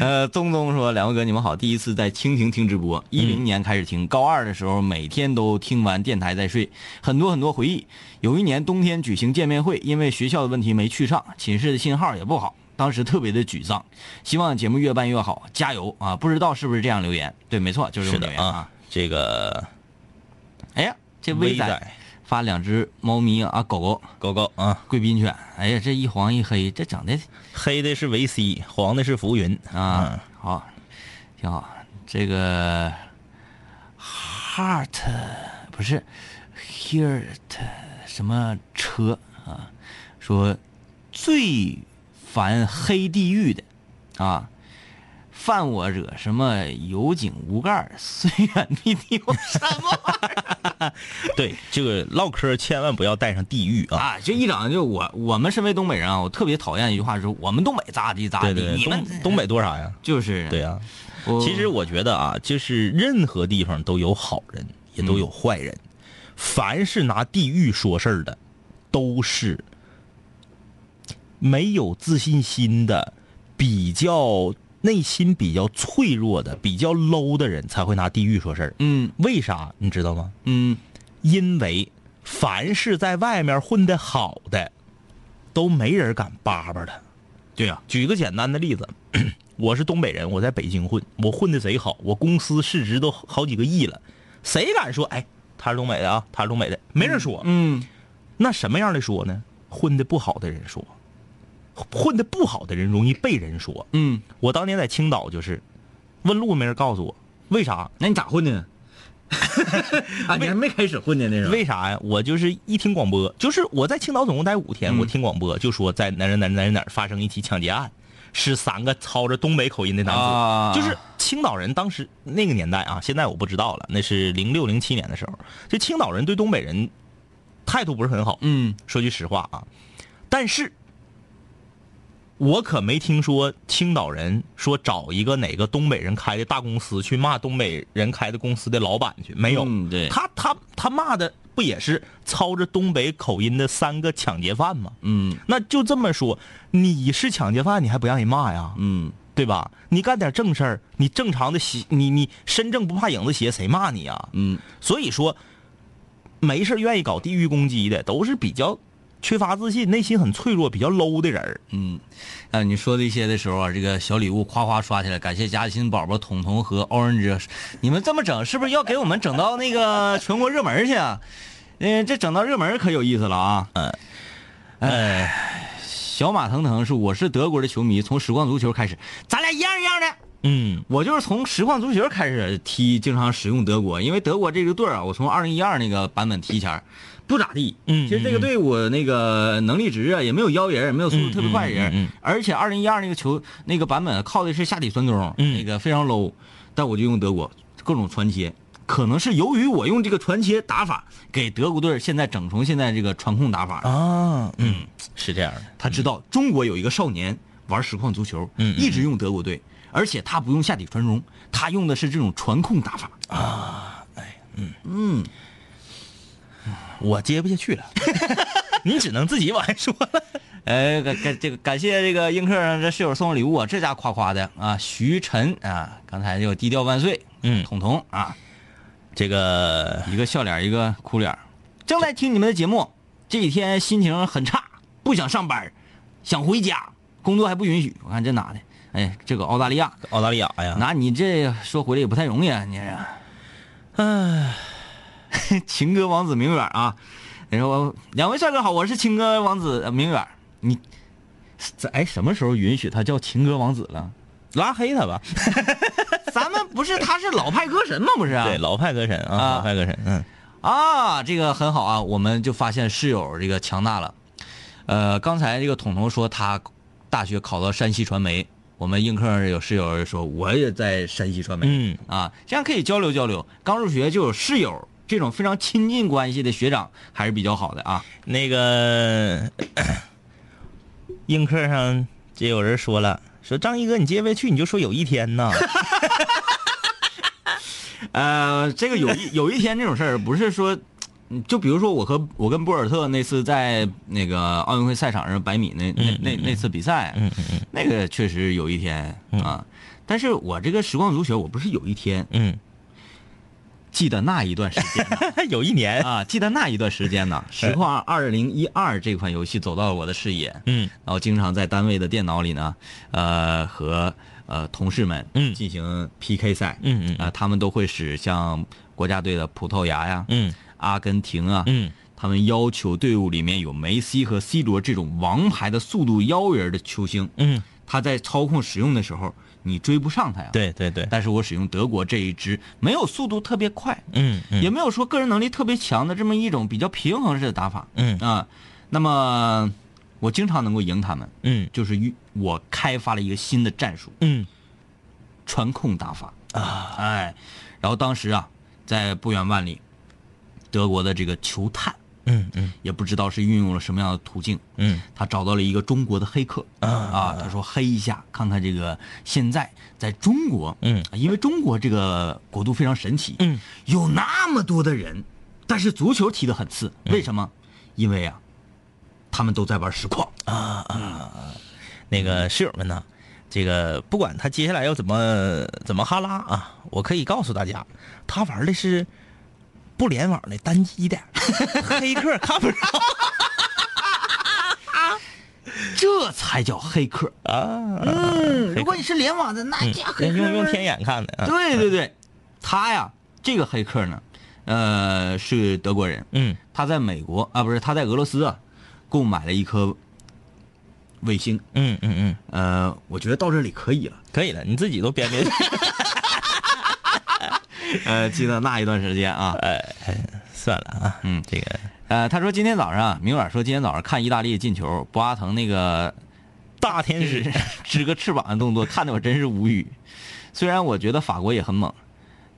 [SPEAKER 1] 呃，宗宗说：“两位哥，你们好，第一次在蜻蜓听直播，一
[SPEAKER 2] 嗯
[SPEAKER 1] 零年开始听，高二的时候每天都听完电台再睡，很多很多回忆。有一年冬天举行见面会，因为学校的问题没去上，寝室的信号也不好，当时特别的沮丧。希望节目越办越好，加油啊！不知道是不是这样留言？对，没错，就是这
[SPEAKER 2] 是
[SPEAKER 1] 么
[SPEAKER 2] 的
[SPEAKER 1] 留言
[SPEAKER 2] 啊。，这个
[SPEAKER 1] 哎呀，这
[SPEAKER 2] 威
[SPEAKER 1] 威仔
[SPEAKER 2] 仔
[SPEAKER 1] 发两只猫咪啊，狗狗
[SPEAKER 2] 狗狗啊，
[SPEAKER 1] 贵宾犬，哎呀，这一黄一黑，这整的
[SPEAKER 2] 黑的是维 C，黄的是浮云
[SPEAKER 1] 啊，
[SPEAKER 2] 嗯
[SPEAKER 1] 好，挺好。这个 heart 不是 heart 什么车啊？说最烦黑地狱的啊，犯我者什么有井无盖儿，虽远必丢 什么
[SPEAKER 2] 对，这个唠嗑千万不要带上地狱啊！
[SPEAKER 1] 啊？这一整就我我们身为东北人啊，我特别讨厌一句话，说我们东北咋地咋
[SPEAKER 2] 对
[SPEAKER 1] 地，
[SPEAKER 2] 对，
[SPEAKER 1] 你
[SPEAKER 2] 对
[SPEAKER 1] 们
[SPEAKER 2] 东东北多啥呀？
[SPEAKER 1] 就是
[SPEAKER 2] 对啊，
[SPEAKER 1] 我
[SPEAKER 2] 其实我觉得啊，就是任何地方都有好人，也都有坏人。凡是拿地域说事儿的，都是没有自信心的，比较内心比较脆弱的、比较 low 的人才会拿地域说事儿。
[SPEAKER 1] 嗯
[SPEAKER 2] 为啥你知道吗？
[SPEAKER 1] 嗯
[SPEAKER 2] 因为凡是在外面混得好的，都没人敢叭叭他。啊
[SPEAKER 1] 对呀、
[SPEAKER 2] 举个简单的例子， 我是东北人，我在北京混，我混的贼好，我公司市值都好几个亿了，谁敢说哎他是东北的啊，他是东北的，没人说。
[SPEAKER 1] 嗯。
[SPEAKER 2] 那什么样的说呢？混的不好的人说，混的不好的人容易被人说。
[SPEAKER 1] 嗯
[SPEAKER 2] 我当年在青岛就是，问路没人告诉我，为啥？
[SPEAKER 1] 那你咋混的呢？ 啊，你还没开始混呢，那时候。
[SPEAKER 2] 为啥呀？我就是一听广播，就是我在青岛总共待五天，
[SPEAKER 1] 嗯
[SPEAKER 2] 我听广播就说在哪儿哪儿哪儿哪儿发生一起抢劫案，是三个操着东北口音的男子，
[SPEAKER 1] 啊
[SPEAKER 2] 就是青岛人当时那个年代啊，现在我不知道了，那是零六零七年的时候，这青岛人对东北人态度不是很好，
[SPEAKER 1] 嗯
[SPEAKER 2] 说句实话啊，但是。我可没听说青岛人说找一个哪个东北人开的大公司去骂东北人开的公司的老板去，没有。
[SPEAKER 1] 嗯对
[SPEAKER 2] 他他他骂的不也是操着东北口音的三个抢劫犯吗？
[SPEAKER 1] 嗯
[SPEAKER 2] 那就这么说，你是抢劫犯，你还不让人骂呀？
[SPEAKER 1] 嗯，
[SPEAKER 2] 对吧？你干点正事儿，你正常的鞋，你你身正不怕影子斜，谁骂你呀？
[SPEAKER 1] 嗯，
[SPEAKER 2] 所以说，没事儿愿意搞地域攻击的，都是比较缺乏自信、内心很脆弱、比较 low 的人儿。
[SPEAKER 1] 啊，你说这些的时候啊，这个小礼物夸夸刷起来，感谢嘉欣宝宝、彤彤和 Orange，你们这么整，是不是要给我们整到那个全国热门去啊？ 嗯、这整到热门可有意思了啊！嗯，哎，小马腾腾是我是德国的球迷，从实况足球开始，咱俩一样一样的。
[SPEAKER 2] 嗯，
[SPEAKER 1] 我就是从实况足球开始踢，经常使用德国，因为德国这个队儿啊，我从二零一二那个版本踢前儿不咋地。
[SPEAKER 2] 嗯
[SPEAKER 1] 其实这个队伍那个能力值啊，也没有妖人，也没有速度特别快的人，
[SPEAKER 2] 嗯嗯嗯嗯
[SPEAKER 1] 而且二零一二那个球那个版本靠的是下底传中，
[SPEAKER 2] 嗯
[SPEAKER 1] 那个非常 low，但我就用德国各种传切。可能是由于我用这个传切打法，给德国队儿现在整成现在这个传控打法了
[SPEAKER 2] 啊，嗯，是这样的。
[SPEAKER 1] 他知道中国有一个少年玩实况足球，
[SPEAKER 2] 嗯嗯
[SPEAKER 1] 一直用德国队，而且他不用下底传中，他用的是这种传控打法。啊哎嗯
[SPEAKER 2] 我接不下 去了，你只能自己往下说了。
[SPEAKER 1] 哎，感感这个感谢这个映客上这室友送的礼物啊，这家夸夸的啊，徐晨啊，刚才就低调万岁，
[SPEAKER 2] 嗯
[SPEAKER 1] 彤彤啊，
[SPEAKER 2] 这个
[SPEAKER 1] 一个笑脸一个哭脸儿，啊正在听你们的节目，这几天心情很差，不想上班，想回家，工作还不允许，我看这哪的，哎，这个澳大利亚，
[SPEAKER 2] 澳大利亚呀，
[SPEAKER 1] 拿你这说回来也不太容易啊，你这， 唉，情歌王子明远啊，你说两位帅哥好，我是情歌王子呃明远，你这哎什么时候允许他叫情歌王子了？
[SPEAKER 2] 拉黑他 吧。
[SPEAKER 1] 咱们不是他是老派歌神吗？不是啊？
[SPEAKER 2] 对，老派歌神啊，
[SPEAKER 1] 啊
[SPEAKER 2] 老派歌神，嗯，
[SPEAKER 1] 啊，这个很好啊，我们就发现室友这个强大了。呃，刚才这个彤彤说他大学考到山西传媒，我们映客有室友说我也在山西传媒，
[SPEAKER 2] 嗯
[SPEAKER 1] 啊，这样可以交流交流。刚入学就有室友这种非常亲近关系的学长还是比较好的啊。
[SPEAKER 2] 那个 咳映客上也有人说了，说张一哥你接不下去，你就说有一天 呐。
[SPEAKER 1] 呃，这个有一有一天这种事儿，不是说嗯就比如说我和我跟博尔特那次在那个奥运会赛场上百米那、那那那次比赛，
[SPEAKER 2] 嗯嗯嗯
[SPEAKER 1] 那个确实有一天啊，但是我这个时光足球，我不是有一天
[SPEAKER 2] 嗯
[SPEAKER 1] 记得那一段时间 呢
[SPEAKER 2] 有一年，
[SPEAKER 1] 啊，记得那一段时间呢，实况二零一二这款游戏走到了我的视野，
[SPEAKER 2] 嗯
[SPEAKER 1] 然后经常在单位的电脑里呢，呃，和呃同事们
[SPEAKER 2] 嗯
[SPEAKER 1] 进行 PK 赛，
[SPEAKER 2] 嗯嗯
[SPEAKER 1] 啊、他们都会使像国家队的葡萄牙呀、
[SPEAKER 2] 嗯
[SPEAKER 1] 阿根廷啊，
[SPEAKER 2] 嗯
[SPEAKER 1] 他们要求队伍里面有梅西和 C 罗这种王牌的速度妖人的球星，
[SPEAKER 2] 嗯，
[SPEAKER 1] 他在操控使用的时候，你追不上他呀。。
[SPEAKER 2] 对对对，
[SPEAKER 1] 但是我使用德国这一支，没有速度特别快，
[SPEAKER 2] 嗯嗯
[SPEAKER 1] 也没有说个人能力特别强的这么一种比较平衡式的打法。
[SPEAKER 2] 嗯
[SPEAKER 1] 啊，那么我经常能够赢他们，
[SPEAKER 2] 嗯
[SPEAKER 1] 就是与我开发了一个新的战术
[SPEAKER 2] 嗯
[SPEAKER 1] ——传控打法啊，哎，然后当时啊，在不远万里，德国的这个球探
[SPEAKER 2] 嗯嗯
[SPEAKER 1] 也不知道是运用了什么样的途径，
[SPEAKER 2] 嗯
[SPEAKER 1] 他找到了一个中国的黑客啊，他说黑一下，看看这个现在在中国，啊
[SPEAKER 2] 嗯，
[SPEAKER 1] 因为中国这个国度非常神奇，
[SPEAKER 2] 嗯，
[SPEAKER 1] 有那么多的人，但是足球踢得很次，
[SPEAKER 2] 嗯
[SPEAKER 1] 为什么？因为啊，他们都在玩实况，
[SPEAKER 2] 啊那个室友们呢，这个不管他接下来要怎么怎么哈拉啊，我可以告诉大家，他玩的是不联网的单机 的，黑客看不上
[SPEAKER 1] 这才叫黑客。
[SPEAKER 2] 啊，
[SPEAKER 1] 嗯，如果你是联网的，那家黑客
[SPEAKER 2] 用用天眼看的啊，
[SPEAKER 1] 对对对，他呀，这个黑客呢，呃，是德国人，
[SPEAKER 2] 嗯
[SPEAKER 1] 他在美国啊，不是他在俄罗斯啊，购买了一颗卫星。
[SPEAKER 2] 嗯嗯嗯，
[SPEAKER 1] 呃，我觉得到这里可以了。
[SPEAKER 2] 可以了，你自己都编编，
[SPEAKER 1] 呃，记得那一段时间 啊，
[SPEAKER 2] 算了啊，
[SPEAKER 1] 嗯
[SPEAKER 2] 这个
[SPEAKER 1] 呃，他说今天早上啊，明远说今天早上看意大利进球，博阿滕那个
[SPEAKER 2] 大天
[SPEAKER 1] 是
[SPEAKER 2] 使，
[SPEAKER 1] 支个翅膀的动作，看得我真是无语。虽然我觉得法国也很猛，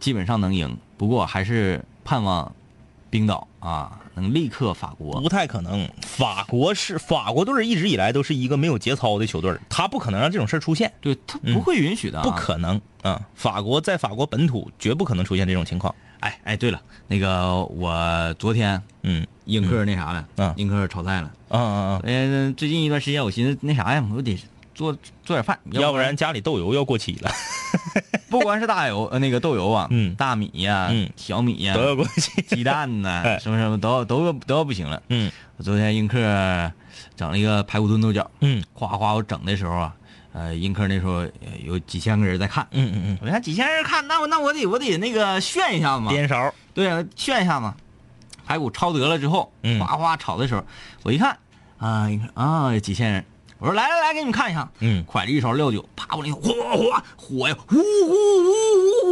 [SPEAKER 1] 基本上能赢，不过还是盼望冰岛啊能力克法国。
[SPEAKER 2] 不太可能。法国是法国队一直以来都是一个没有节操的球队，他不可能让这种事儿出现，
[SPEAKER 1] 对他不会允许的、啊
[SPEAKER 2] 不可能啊！法国在法国本土绝不可能出现这种情况。
[SPEAKER 1] 哎哎，对了，那个我昨天
[SPEAKER 2] 嗯
[SPEAKER 1] 映客那啥了，
[SPEAKER 2] 嗯
[SPEAKER 1] 映客炒菜了。
[SPEAKER 2] 啊啊啊！
[SPEAKER 1] 嗯、最近一段时间我寻思那啥呀，我得做做点饭，
[SPEAKER 2] 要
[SPEAKER 1] 不
[SPEAKER 2] 不然家里豆油要过期 了，
[SPEAKER 1] 不光是大 油呃那个豆油啊，
[SPEAKER 2] 嗯
[SPEAKER 1] 大米呀、
[SPEAKER 2] 嗯
[SPEAKER 1] 小米呀、
[SPEAKER 2] 都要过期。
[SPEAKER 1] 鸡蛋呐、
[SPEAKER 2] 哎
[SPEAKER 1] 什么什么都都要都要不行了。
[SPEAKER 2] 嗯
[SPEAKER 1] 我昨天映客呃整了一个排骨炖豆角，
[SPEAKER 2] 嗯
[SPEAKER 1] 夸夸我整的时候啊，呃，映客那时候呃有几千个人在看，
[SPEAKER 2] 嗯嗯
[SPEAKER 1] 我哎看几千人看，那我那我得我得那个炫一下
[SPEAKER 2] 嗯，
[SPEAKER 1] 嘛，
[SPEAKER 2] 颠勺。
[SPEAKER 1] 对啊，炫一下嘛。排骨焯得了之后，
[SPEAKER 2] 嗯
[SPEAKER 1] 哗哗炒的时候，我一看啊，一看啊，几千人，我说来来来，给你们看一下，
[SPEAKER 2] 嗯
[SPEAKER 1] 蒯着一勺料酒，啪往里哗哗火呀，呜呜呜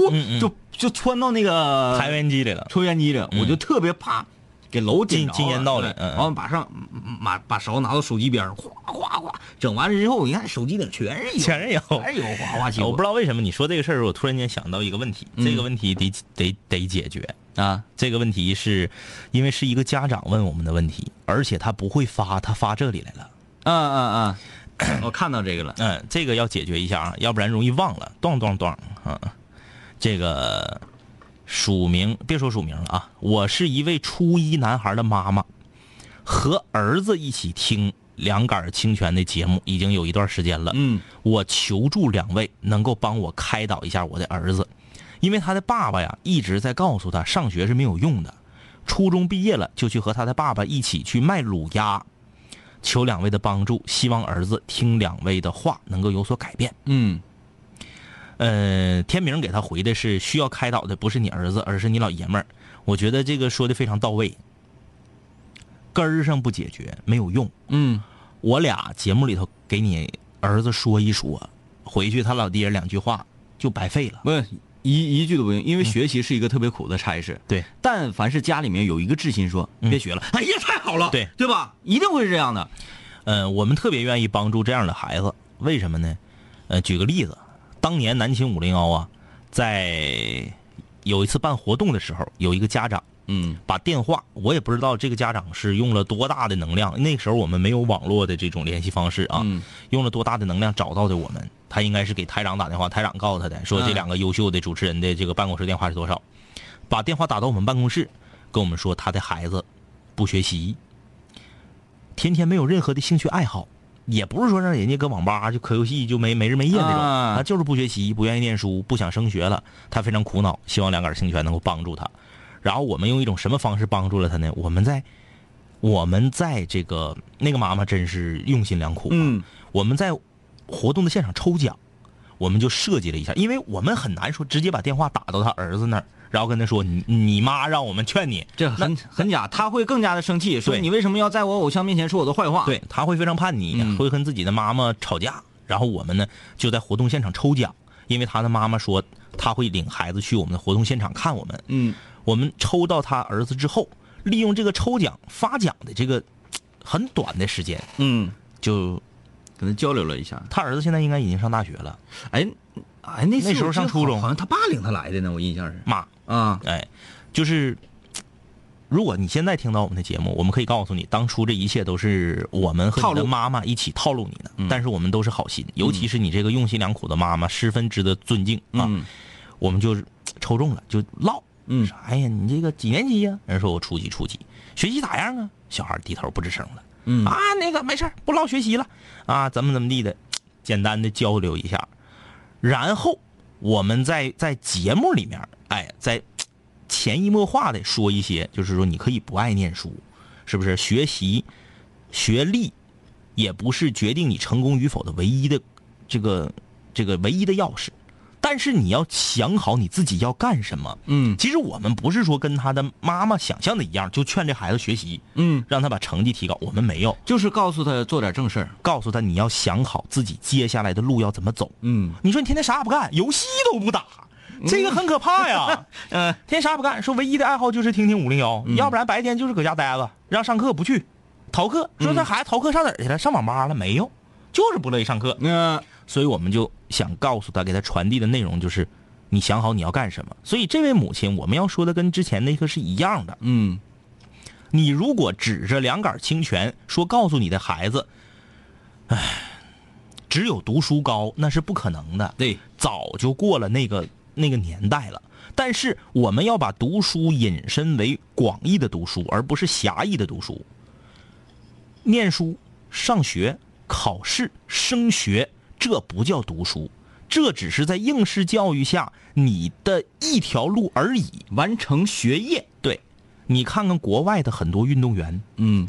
[SPEAKER 1] 呜呜，
[SPEAKER 2] 嗯嗯
[SPEAKER 1] 就就窜到那个
[SPEAKER 2] 裁员机来了。
[SPEAKER 1] 抽烟机里，我就特别怕给楼
[SPEAKER 2] 进嗯进烟道里嗯嗯
[SPEAKER 1] 然后把上嗯把把勺拿到手机边上，哗哗哗，整完了之后，你看手机里全是油，
[SPEAKER 2] 全是油
[SPEAKER 1] 全是油，哗哗起火。
[SPEAKER 2] 我不知道为什么你说这个事儿，我突然间想到一个问题，
[SPEAKER 1] 嗯
[SPEAKER 2] 这个问题得得得解决。
[SPEAKER 1] 道啊，
[SPEAKER 2] 这个问题是因为是一个家长问我们的问题，而且他不会发，他发这里来了。
[SPEAKER 1] 嗯嗯嗯，我看到这个了，
[SPEAKER 2] 嗯，这个要解决一下啊，要不然容易忘了。咚咚咚啊！这个署名别说署名了啊，我是一位初一男孩的妈妈，和儿子一起听《两杆清泉》的节目已经有一段时间了。
[SPEAKER 1] 嗯
[SPEAKER 2] 我求助两位能够帮我开导一下我的儿子，因为他的爸爸呀一直在告诉他上学是没有用的，初中毕业了就去和他的爸爸一起去卖卤鸭。求两位的帮助，希望儿子听两位的话能够有所改变。
[SPEAKER 1] 嗯
[SPEAKER 2] 呃，天明给他回的是需要开导的不是你儿子，而是你老爷们儿。我觉得这个说的非常到位，根儿上不解决没有用。
[SPEAKER 1] 嗯
[SPEAKER 2] 我俩节目里头给你儿子说一说，回去他老爹两句话就白费了。
[SPEAKER 1] 不是一一句都不用，
[SPEAKER 2] 嗯
[SPEAKER 1] 因为学习是一个特别苦的差事。
[SPEAKER 2] 对，
[SPEAKER 1] 但凡是家里面有一个至亲说
[SPEAKER 2] 嗯
[SPEAKER 1] 别学了，哎呀太好了，
[SPEAKER 2] 对
[SPEAKER 1] 对吧？一定会是这样的。
[SPEAKER 2] 呃，我们特别愿意帮助这样的孩子，为什么呢？呃，举个例子，当年南秦五零幺啊，在有一次办活动的时候，有一个家长
[SPEAKER 1] 嗯
[SPEAKER 2] 把电话，我也不知道这个家长是用了多大的能量，那时候我们没有网络的这种联系方式啊，
[SPEAKER 1] 嗯
[SPEAKER 2] 用了多大的能量找到的我们，他应该是给台长打电话，台长告诉他的，说这
[SPEAKER 1] 嗯
[SPEAKER 2] 两个优秀的主持人的这个办公室电话是多少，把电话打到我们办公室，跟我们说他的孩子不学习，天天没有任何的兴趣爱好，也不是说让人家搁网吧就磕游戏就没没日没夜那种，
[SPEAKER 1] 啊
[SPEAKER 2] 他就是不学习，不愿意念书，不想升学了，他非常苦恼，希望两杆儿清泉能够帮助他。然后我们用一种什么方式帮助了他呢？我们在我们在这个那个妈妈真是用心良苦、啊，
[SPEAKER 1] 嗯，
[SPEAKER 2] 我们在活动的现场抽奖，我们就设计了一下，因为我们很难说直接把电话打到他儿子那儿，然后跟他说你你妈让我们劝你，
[SPEAKER 1] 这很很假，他会更加的生气，说
[SPEAKER 2] 对
[SPEAKER 1] 你为什么要在我偶像面前说我的坏话？，
[SPEAKER 2] 对他会非常叛逆，
[SPEAKER 1] 嗯
[SPEAKER 2] 会跟自己的妈妈吵架。然后我们呢就在活动现场抽奖，因为他的妈妈说他会领孩子去我们的活动现场看我们。
[SPEAKER 1] 嗯，
[SPEAKER 2] 我们抽到他儿子之后，利用这个抽奖发奖的这个很短的时间，
[SPEAKER 1] 嗯，
[SPEAKER 2] 就
[SPEAKER 1] 跟他交流了一下。
[SPEAKER 2] 他儿子现在应该已经上大学了。
[SPEAKER 1] 哎，哎，那次
[SPEAKER 2] 那时候
[SPEAKER 1] 我记得
[SPEAKER 2] 上初中
[SPEAKER 1] 好像他爸领他来的呢，我印象是
[SPEAKER 2] 妈，
[SPEAKER 1] 啊，
[SPEAKER 2] 哎，就是，如果你现在听到我们的节目，我们可以告诉你，当初这一切都是我们和
[SPEAKER 1] 套
[SPEAKER 2] 你的
[SPEAKER 1] 路
[SPEAKER 2] 妈妈一起套路你的，但是我们都是好心，尤其是你这个用心良苦的妈妈，十分值得尊敬啊。
[SPEAKER 1] 嗯
[SPEAKER 2] 我们就是抽中了，就唠，
[SPEAKER 1] 嗯
[SPEAKER 2] 说哎呀，你这个几年级呀、人说我初级，初级，学习咋样啊？小孩低头不吱声了。
[SPEAKER 1] 嗯
[SPEAKER 2] 啊，那个没事儿不唠学习了啊，怎么怎么地的，简单的交流一下，然后我们在在节目里面，哎，在潜移默化的说一些，就是说你可以不爱念书，是不是？学习、学历也不是决定你成功与否的唯一的这个这个唯一的钥匙，但是你要想好你自己要干什么。
[SPEAKER 1] 嗯
[SPEAKER 2] 其实我们不是说跟他的妈妈想象的一样，就劝这孩子学习，
[SPEAKER 1] 嗯，
[SPEAKER 2] 让他把成绩提高。我们没有
[SPEAKER 1] 就是告诉他做点正事儿。
[SPEAKER 2] 告诉他你要想好自己接下来的路要怎么走。
[SPEAKER 1] 嗯
[SPEAKER 2] 你说你天天啥也不干，游戏都不打，这个很可怕呀。
[SPEAKER 1] 嗯，
[SPEAKER 2] 天天啥也不干，说唯一的爱好就是听听五零幺，要不然白天就是搁家待着，让上课不去，逃课。说这孩子逃课上哪儿去了？上网吧了没有？就是不乐意上课。
[SPEAKER 1] 那
[SPEAKER 2] 所以我们就想告诉他，给他传递的内容就是，你想好你要干什么。所以这位母亲，我们要说的跟之前那个是一样的。
[SPEAKER 1] 嗯
[SPEAKER 2] 你如果指着两杆清泉说告诉你的孩子，唉，只有读书高，那是不可能的。
[SPEAKER 1] 对，
[SPEAKER 2] 早就过了那个那个年代了。但是我们要把读书引申为广义的读书，而不是狭义的读书。念书、上学、考试、升学，这不叫读书，这只是在应试教育下你的一条路而已。
[SPEAKER 1] 完成学业。
[SPEAKER 2] 对，你看看国外的很多运动员，
[SPEAKER 1] 嗯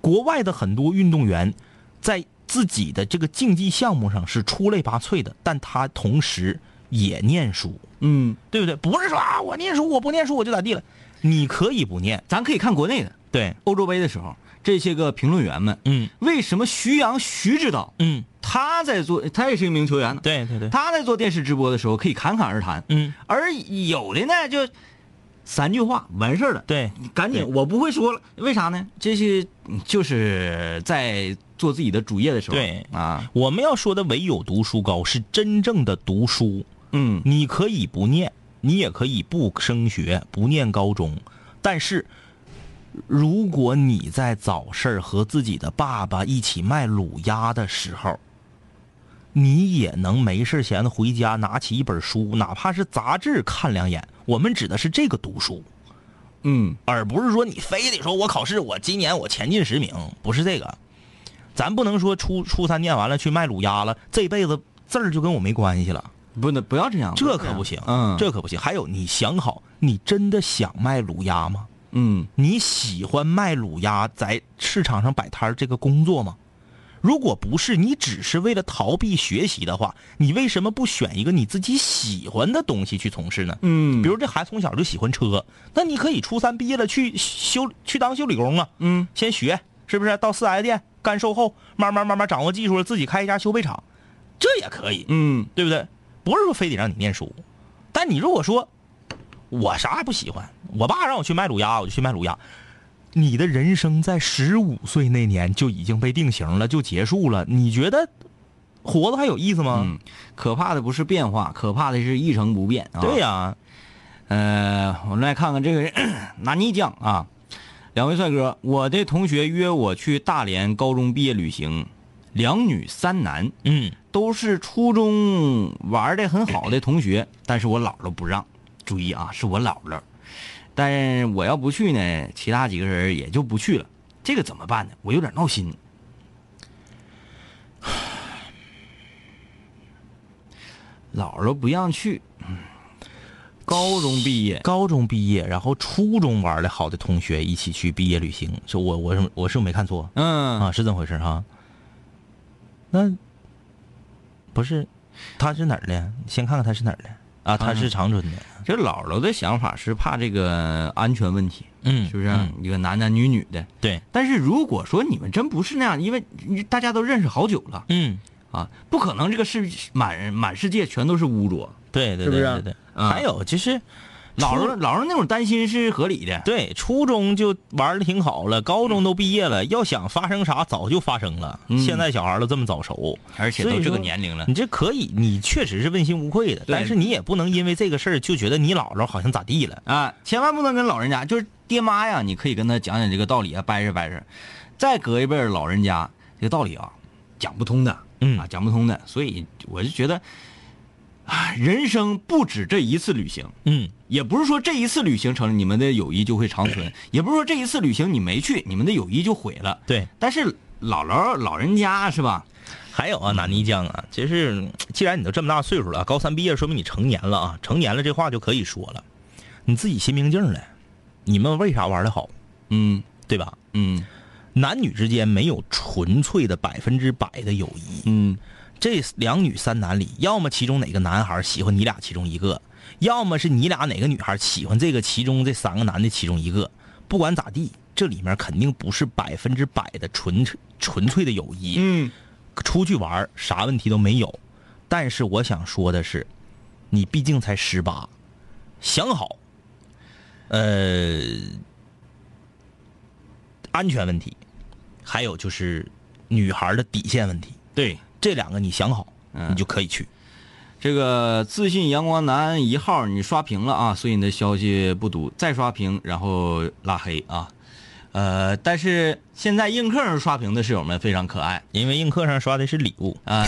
[SPEAKER 2] 国外的很多运动员在自己的这个竞技项目上是出类拔萃的，但他同时也念书，
[SPEAKER 1] 嗯，
[SPEAKER 2] 对不对？不是说啊，我念书，我不念书我就咋地了？你可以不念，
[SPEAKER 1] 咱可以看国内的
[SPEAKER 2] 对，
[SPEAKER 1] 欧洲杯的时候，这些个评论员们，
[SPEAKER 2] 嗯
[SPEAKER 1] 为什么徐阳徐指导，
[SPEAKER 2] 嗯，
[SPEAKER 1] 他在做，他也是一名球员呢，
[SPEAKER 2] 对对对，
[SPEAKER 1] 他在做电视直播的时候可以侃侃而谈，
[SPEAKER 2] 嗯，
[SPEAKER 1] 而有的呢就三句话完事儿了，
[SPEAKER 2] 对
[SPEAKER 1] 你赶紧
[SPEAKER 2] 对
[SPEAKER 1] 我不会说了，为啥呢？这些嗯就是在做自己的主业的时候，
[SPEAKER 2] 对
[SPEAKER 1] 啊，
[SPEAKER 2] 我们要说的唯有读书高是真正的读书，
[SPEAKER 1] 嗯
[SPEAKER 2] 你可以不念，你也可以不升学，不念高中，但是。如果你在早市儿和自己的爸爸一起卖卤鸭的时候，你也能没事儿闲的回家拿起一本书，哪怕是杂志看两眼。我们指的是这个读书，
[SPEAKER 1] 嗯
[SPEAKER 2] 而不是说你非得说我考试，我今年我前进十名，不是这个。咱不能说初初三念完了去卖卤鸭了，这辈子字儿就跟我没关系了，
[SPEAKER 1] 不能不要这样，
[SPEAKER 2] 这可不行，
[SPEAKER 1] 嗯，
[SPEAKER 2] 这可不行。还有，你想好，你真的想卖卤鸭吗？
[SPEAKER 1] 嗯
[SPEAKER 2] 你喜欢卖卤鸭在市场上摆摊儿这个工作吗？如果不是，你只是为了逃避学习的话，你为什么不选一个你自己喜欢的东西去从事呢？
[SPEAKER 1] 嗯，
[SPEAKER 2] 比如这孩子从小就喜欢车，那你可以初三毕业了去修去当修理工啊，
[SPEAKER 1] 嗯
[SPEAKER 2] 先学是不是？到四 S 店干售后，慢慢慢慢掌握技术了，自己开一家修配厂，这也可以，
[SPEAKER 1] 嗯
[SPEAKER 2] 对不对？不是说非得让你念书，但你如果说我啥也不喜欢，我爸让我去卖卤鸭，我就去卖卤鸭。你的人生在十五岁那年就已经被定型了，就结束了。你觉得活得还有意思吗？
[SPEAKER 1] 嗯，可怕的不是变化，可怕的是一成不变啊。
[SPEAKER 2] 对呀、
[SPEAKER 1] 呃，我们来看看这个人拿泥匠啊，两位帅哥，我的同学约我去大连高中毕业旅行，两女三男，
[SPEAKER 2] 嗯，
[SPEAKER 1] 都是初中玩的很好的同学，但是我姥姥不让，注意啊，是我姥姥，但是我要不去呢，其他几个人也就不去了。这个怎么办呢？我有点闹心。 姥姥不让去，高中毕业，
[SPEAKER 2] 高中毕业，然后初中玩的好的同学一起去毕业旅行，是我我是我是没看错
[SPEAKER 1] 嗯，
[SPEAKER 2] 啊，是这么回事哈、那不是，他是哪儿的？先看看他是哪儿的啊？他是长春的，
[SPEAKER 1] 这姥姥的想法是怕这个安全问题，
[SPEAKER 2] 嗯
[SPEAKER 1] 是不是啊？一个男男女女的，
[SPEAKER 2] 对，
[SPEAKER 1] 但是如果说你们真不是那样，因为你大家都认识好久了
[SPEAKER 2] 嗯，
[SPEAKER 1] 啊，不可能这个世满满世界全都是污浊。
[SPEAKER 2] 对对
[SPEAKER 1] 是不
[SPEAKER 2] 对
[SPEAKER 1] 是
[SPEAKER 2] 对对，
[SPEAKER 1] 啊
[SPEAKER 2] 还有就是。
[SPEAKER 1] 老
[SPEAKER 2] 初
[SPEAKER 1] 人老人那种担心是合理的，
[SPEAKER 2] 对，初中就玩的挺好了，高中都毕业了，要想发生啥早就发生了。
[SPEAKER 1] 嗯
[SPEAKER 2] 现在小孩都这么早熟，
[SPEAKER 1] 而且
[SPEAKER 2] 所
[SPEAKER 1] 都
[SPEAKER 2] 以
[SPEAKER 1] 这个
[SPEAKER 2] 说
[SPEAKER 1] 年龄了
[SPEAKER 2] 你，这可以，你确实是问心无愧的，
[SPEAKER 1] 对
[SPEAKER 2] 但是你也不能因为这个事儿就觉得你姥姥好像咋地了。
[SPEAKER 1] 啊，千万不能跟老人家，就是爹妈呀，你可以跟他讲讲这个道理啊，掰扯掰扯。再隔一辈儿老人家，这个道理啊，讲不通的，
[SPEAKER 2] 嗯
[SPEAKER 1] 啊，讲不通的。所以我就觉得，啊，人生不止这一次旅行，
[SPEAKER 2] 嗯，
[SPEAKER 1] 也不是说这一次旅行成了你们的友谊就会长存，也不是说这一次旅行你没去，你们的友谊就毁了。
[SPEAKER 2] 对。
[SPEAKER 1] 但是姥姥老人家是吧？
[SPEAKER 2] 还有啊，纳尼酱啊，其实既然你都这么大岁数了，高三毕业，说明你成年了啊，成年了这话就可以说了，你自己心明镜了，你们为啥玩的好，
[SPEAKER 1] 嗯
[SPEAKER 2] 对吧？
[SPEAKER 1] 嗯
[SPEAKER 2] 男女之间没有纯粹的百分之百的友谊，
[SPEAKER 1] 嗯
[SPEAKER 2] 这两女三男里，要么其中哪个男孩喜欢你俩其中一个，要么是你俩哪个女孩喜欢这个其中这三个男的其中一个。不管咋地，这里面肯定不是百分之百的纯纯粹的友谊。
[SPEAKER 1] 嗯，
[SPEAKER 2] 出去玩儿啥问题都没有。但是我想说的是，你毕竟才十八，想好，呃，安全问题，还有就是女孩儿的底线问题，
[SPEAKER 1] 对。
[SPEAKER 2] 这两个你想好，
[SPEAKER 1] 嗯
[SPEAKER 2] 你就可以去。
[SPEAKER 1] 这个自信阳光男一号你刷屏了啊，所以你的消息不读，再刷屏然后拉黑啊。呃，但是现在映客上刷屏的室友们非常可爱
[SPEAKER 2] 因为映客上刷的是礼物，
[SPEAKER 1] 啊、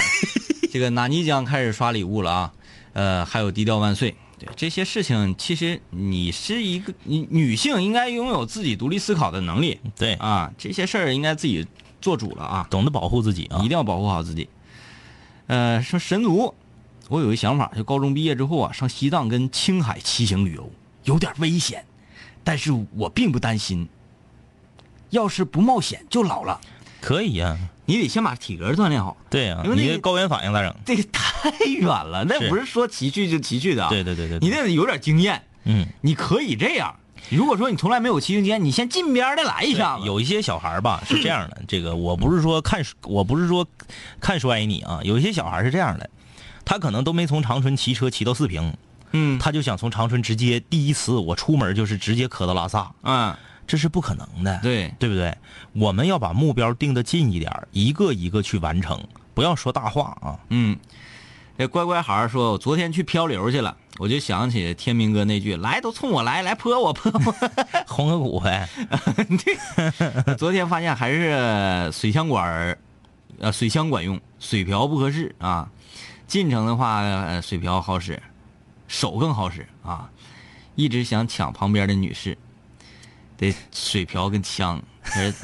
[SPEAKER 1] 这个纳尼酱开始刷礼物了啊，呃，还有低调万岁。对这些事情，其实你是一个你女性应该拥有自己独立思考的能力
[SPEAKER 2] 对，
[SPEAKER 1] 啊，这些事儿应该自己做主了啊。
[SPEAKER 2] 懂得保护自己啊
[SPEAKER 1] 一定。要保护好自己。呃，说神族，我有一想法，就高中毕业之后啊，上西藏跟青海骑行旅游，有点危险，但是我并不担心。要是不冒险就老了，
[SPEAKER 2] 可以呀、
[SPEAKER 1] 你得先把体格锻炼好。
[SPEAKER 2] 对呀、
[SPEAKER 1] 啊因为那
[SPEAKER 2] 你
[SPEAKER 1] 个
[SPEAKER 2] 的高原反应咋整？
[SPEAKER 1] 这个太 远了，那
[SPEAKER 2] 是
[SPEAKER 1] 不是说骑去就骑去的啊。
[SPEAKER 2] 对对对对对
[SPEAKER 1] 你那得有点经验，
[SPEAKER 2] 嗯，
[SPEAKER 1] 你可以这样。如果说你从来没有骑行经验，你先近边儿的来一下子。
[SPEAKER 2] 有一些小孩儿吧是这样的，这个我不是说看，我不是说看衰你啊，有一些小孩儿是这样的，他可能都没从长春骑车骑到四平，
[SPEAKER 1] 嗯
[SPEAKER 2] 他就想从长春直接第一次我出门就是直接磕到拉萨，
[SPEAKER 1] 嗯，
[SPEAKER 2] 这是不可能的，
[SPEAKER 1] 对
[SPEAKER 2] 对不对？我们要把目标定得近一点儿，一个一个去完成，不要说大话啊。
[SPEAKER 1] 嗯，这乖乖孩儿说，我昨天去漂流去了，我就想起天明哥那句“来都冲我来，来泼我泼
[SPEAKER 2] 红个骨呗，
[SPEAKER 1] 我” 。昨天发现还是水枪管儿，呃，水枪管用，水瓢不合适啊。进城的话，呃水瓢好使，手更好使啊。一直想抢旁边的女士，得水瓢跟枪，还是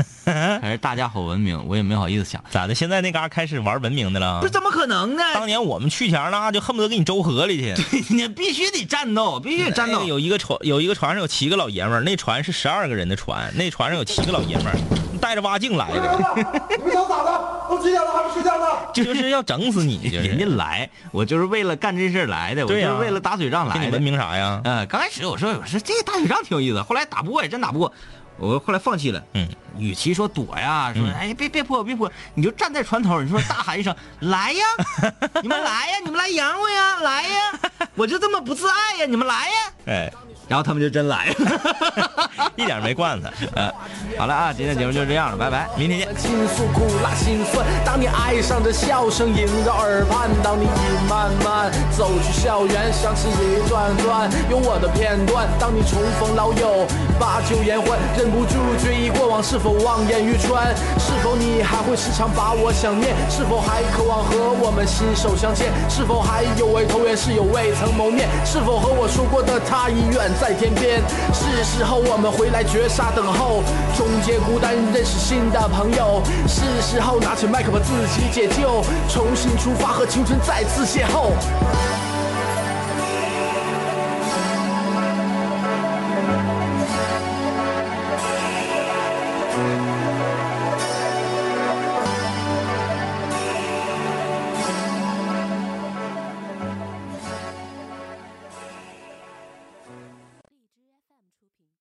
[SPEAKER 1] 还是大家好文明，我也没好意思抢。
[SPEAKER 2] 咋的？现在那嘎开始玩文明的了
[SPEAKER 1] 这。怎么可能呢？
[SPEAKER 2] 当年我们去前儿那就恨不得给你周河里去。
[SPEAKER 1] 你必须得战斗，必须得战
[SPEAKER 2] 那
[SPEAKER 1] 斗
[SPEAKER 2] 个。有一个船，有一个船上有七个老爷们儿，那船是十二个人的船，那船上有七个老爷们儿，带着蛙镜来的，
[SPEAKER 5] 你们想咋的？都几点了还不睡觉呢？
[SPEAKER 2] 就是要整死你，就是
[SPEAKER 1] 人家来，我就是为了干这事儿来的，我就
[SPEAKER 2] 对呀
[SPEAKER 1] 是为了打水仗
[SPEAKER 2] 给
[SPEAKER 1] 来
[SPEAKER 2] 你
[SPEAKER 1] 的
[SPEAKER 2] 文。明啥呀？
[SPEAKER 1] 呃，刚开始我说我说这打水仗挺有意思，后来打不过也真打不过，我后来放弃了。
[SPEAKER 2] 嗯，
[SPEAKER 1] 与其说躲呀，说哎别别泼别泼，你就站在船头，你说大喊一声来呀，你们来呀，你们来养我呀，来呀，我就这么不自爱呀，你们来呀，
[SPEAKER 2] 哎，
[SPEAKER 1] 然后他们就真来了。
[SPEAKER 2] 一点没惯他。呃，
[SPEAKER 1] 好了啊，今天节目就这样了，拜拜。
[SPEAKER 2] 明天见。
[SPEAKER 6] 倾诉苦辣心酸。当你爱上这笑声萦绕耳畔，当你已慢慢走去校园，想起一段段有我的片段。当你重逢老友，把酒言欢，忍不住追忆过往，是否望眼欲穿？是否你还会时常把我想念？是否还渴望和我们心手相牵？是否还有位投缘室友未曾谋面？是否和我说过的他已远在天边？是时候我们回来绝杀等候，终结孤单，认识新的朋友。是时候拿起麦克把自己解救，重新出发，和青春再次邂逅。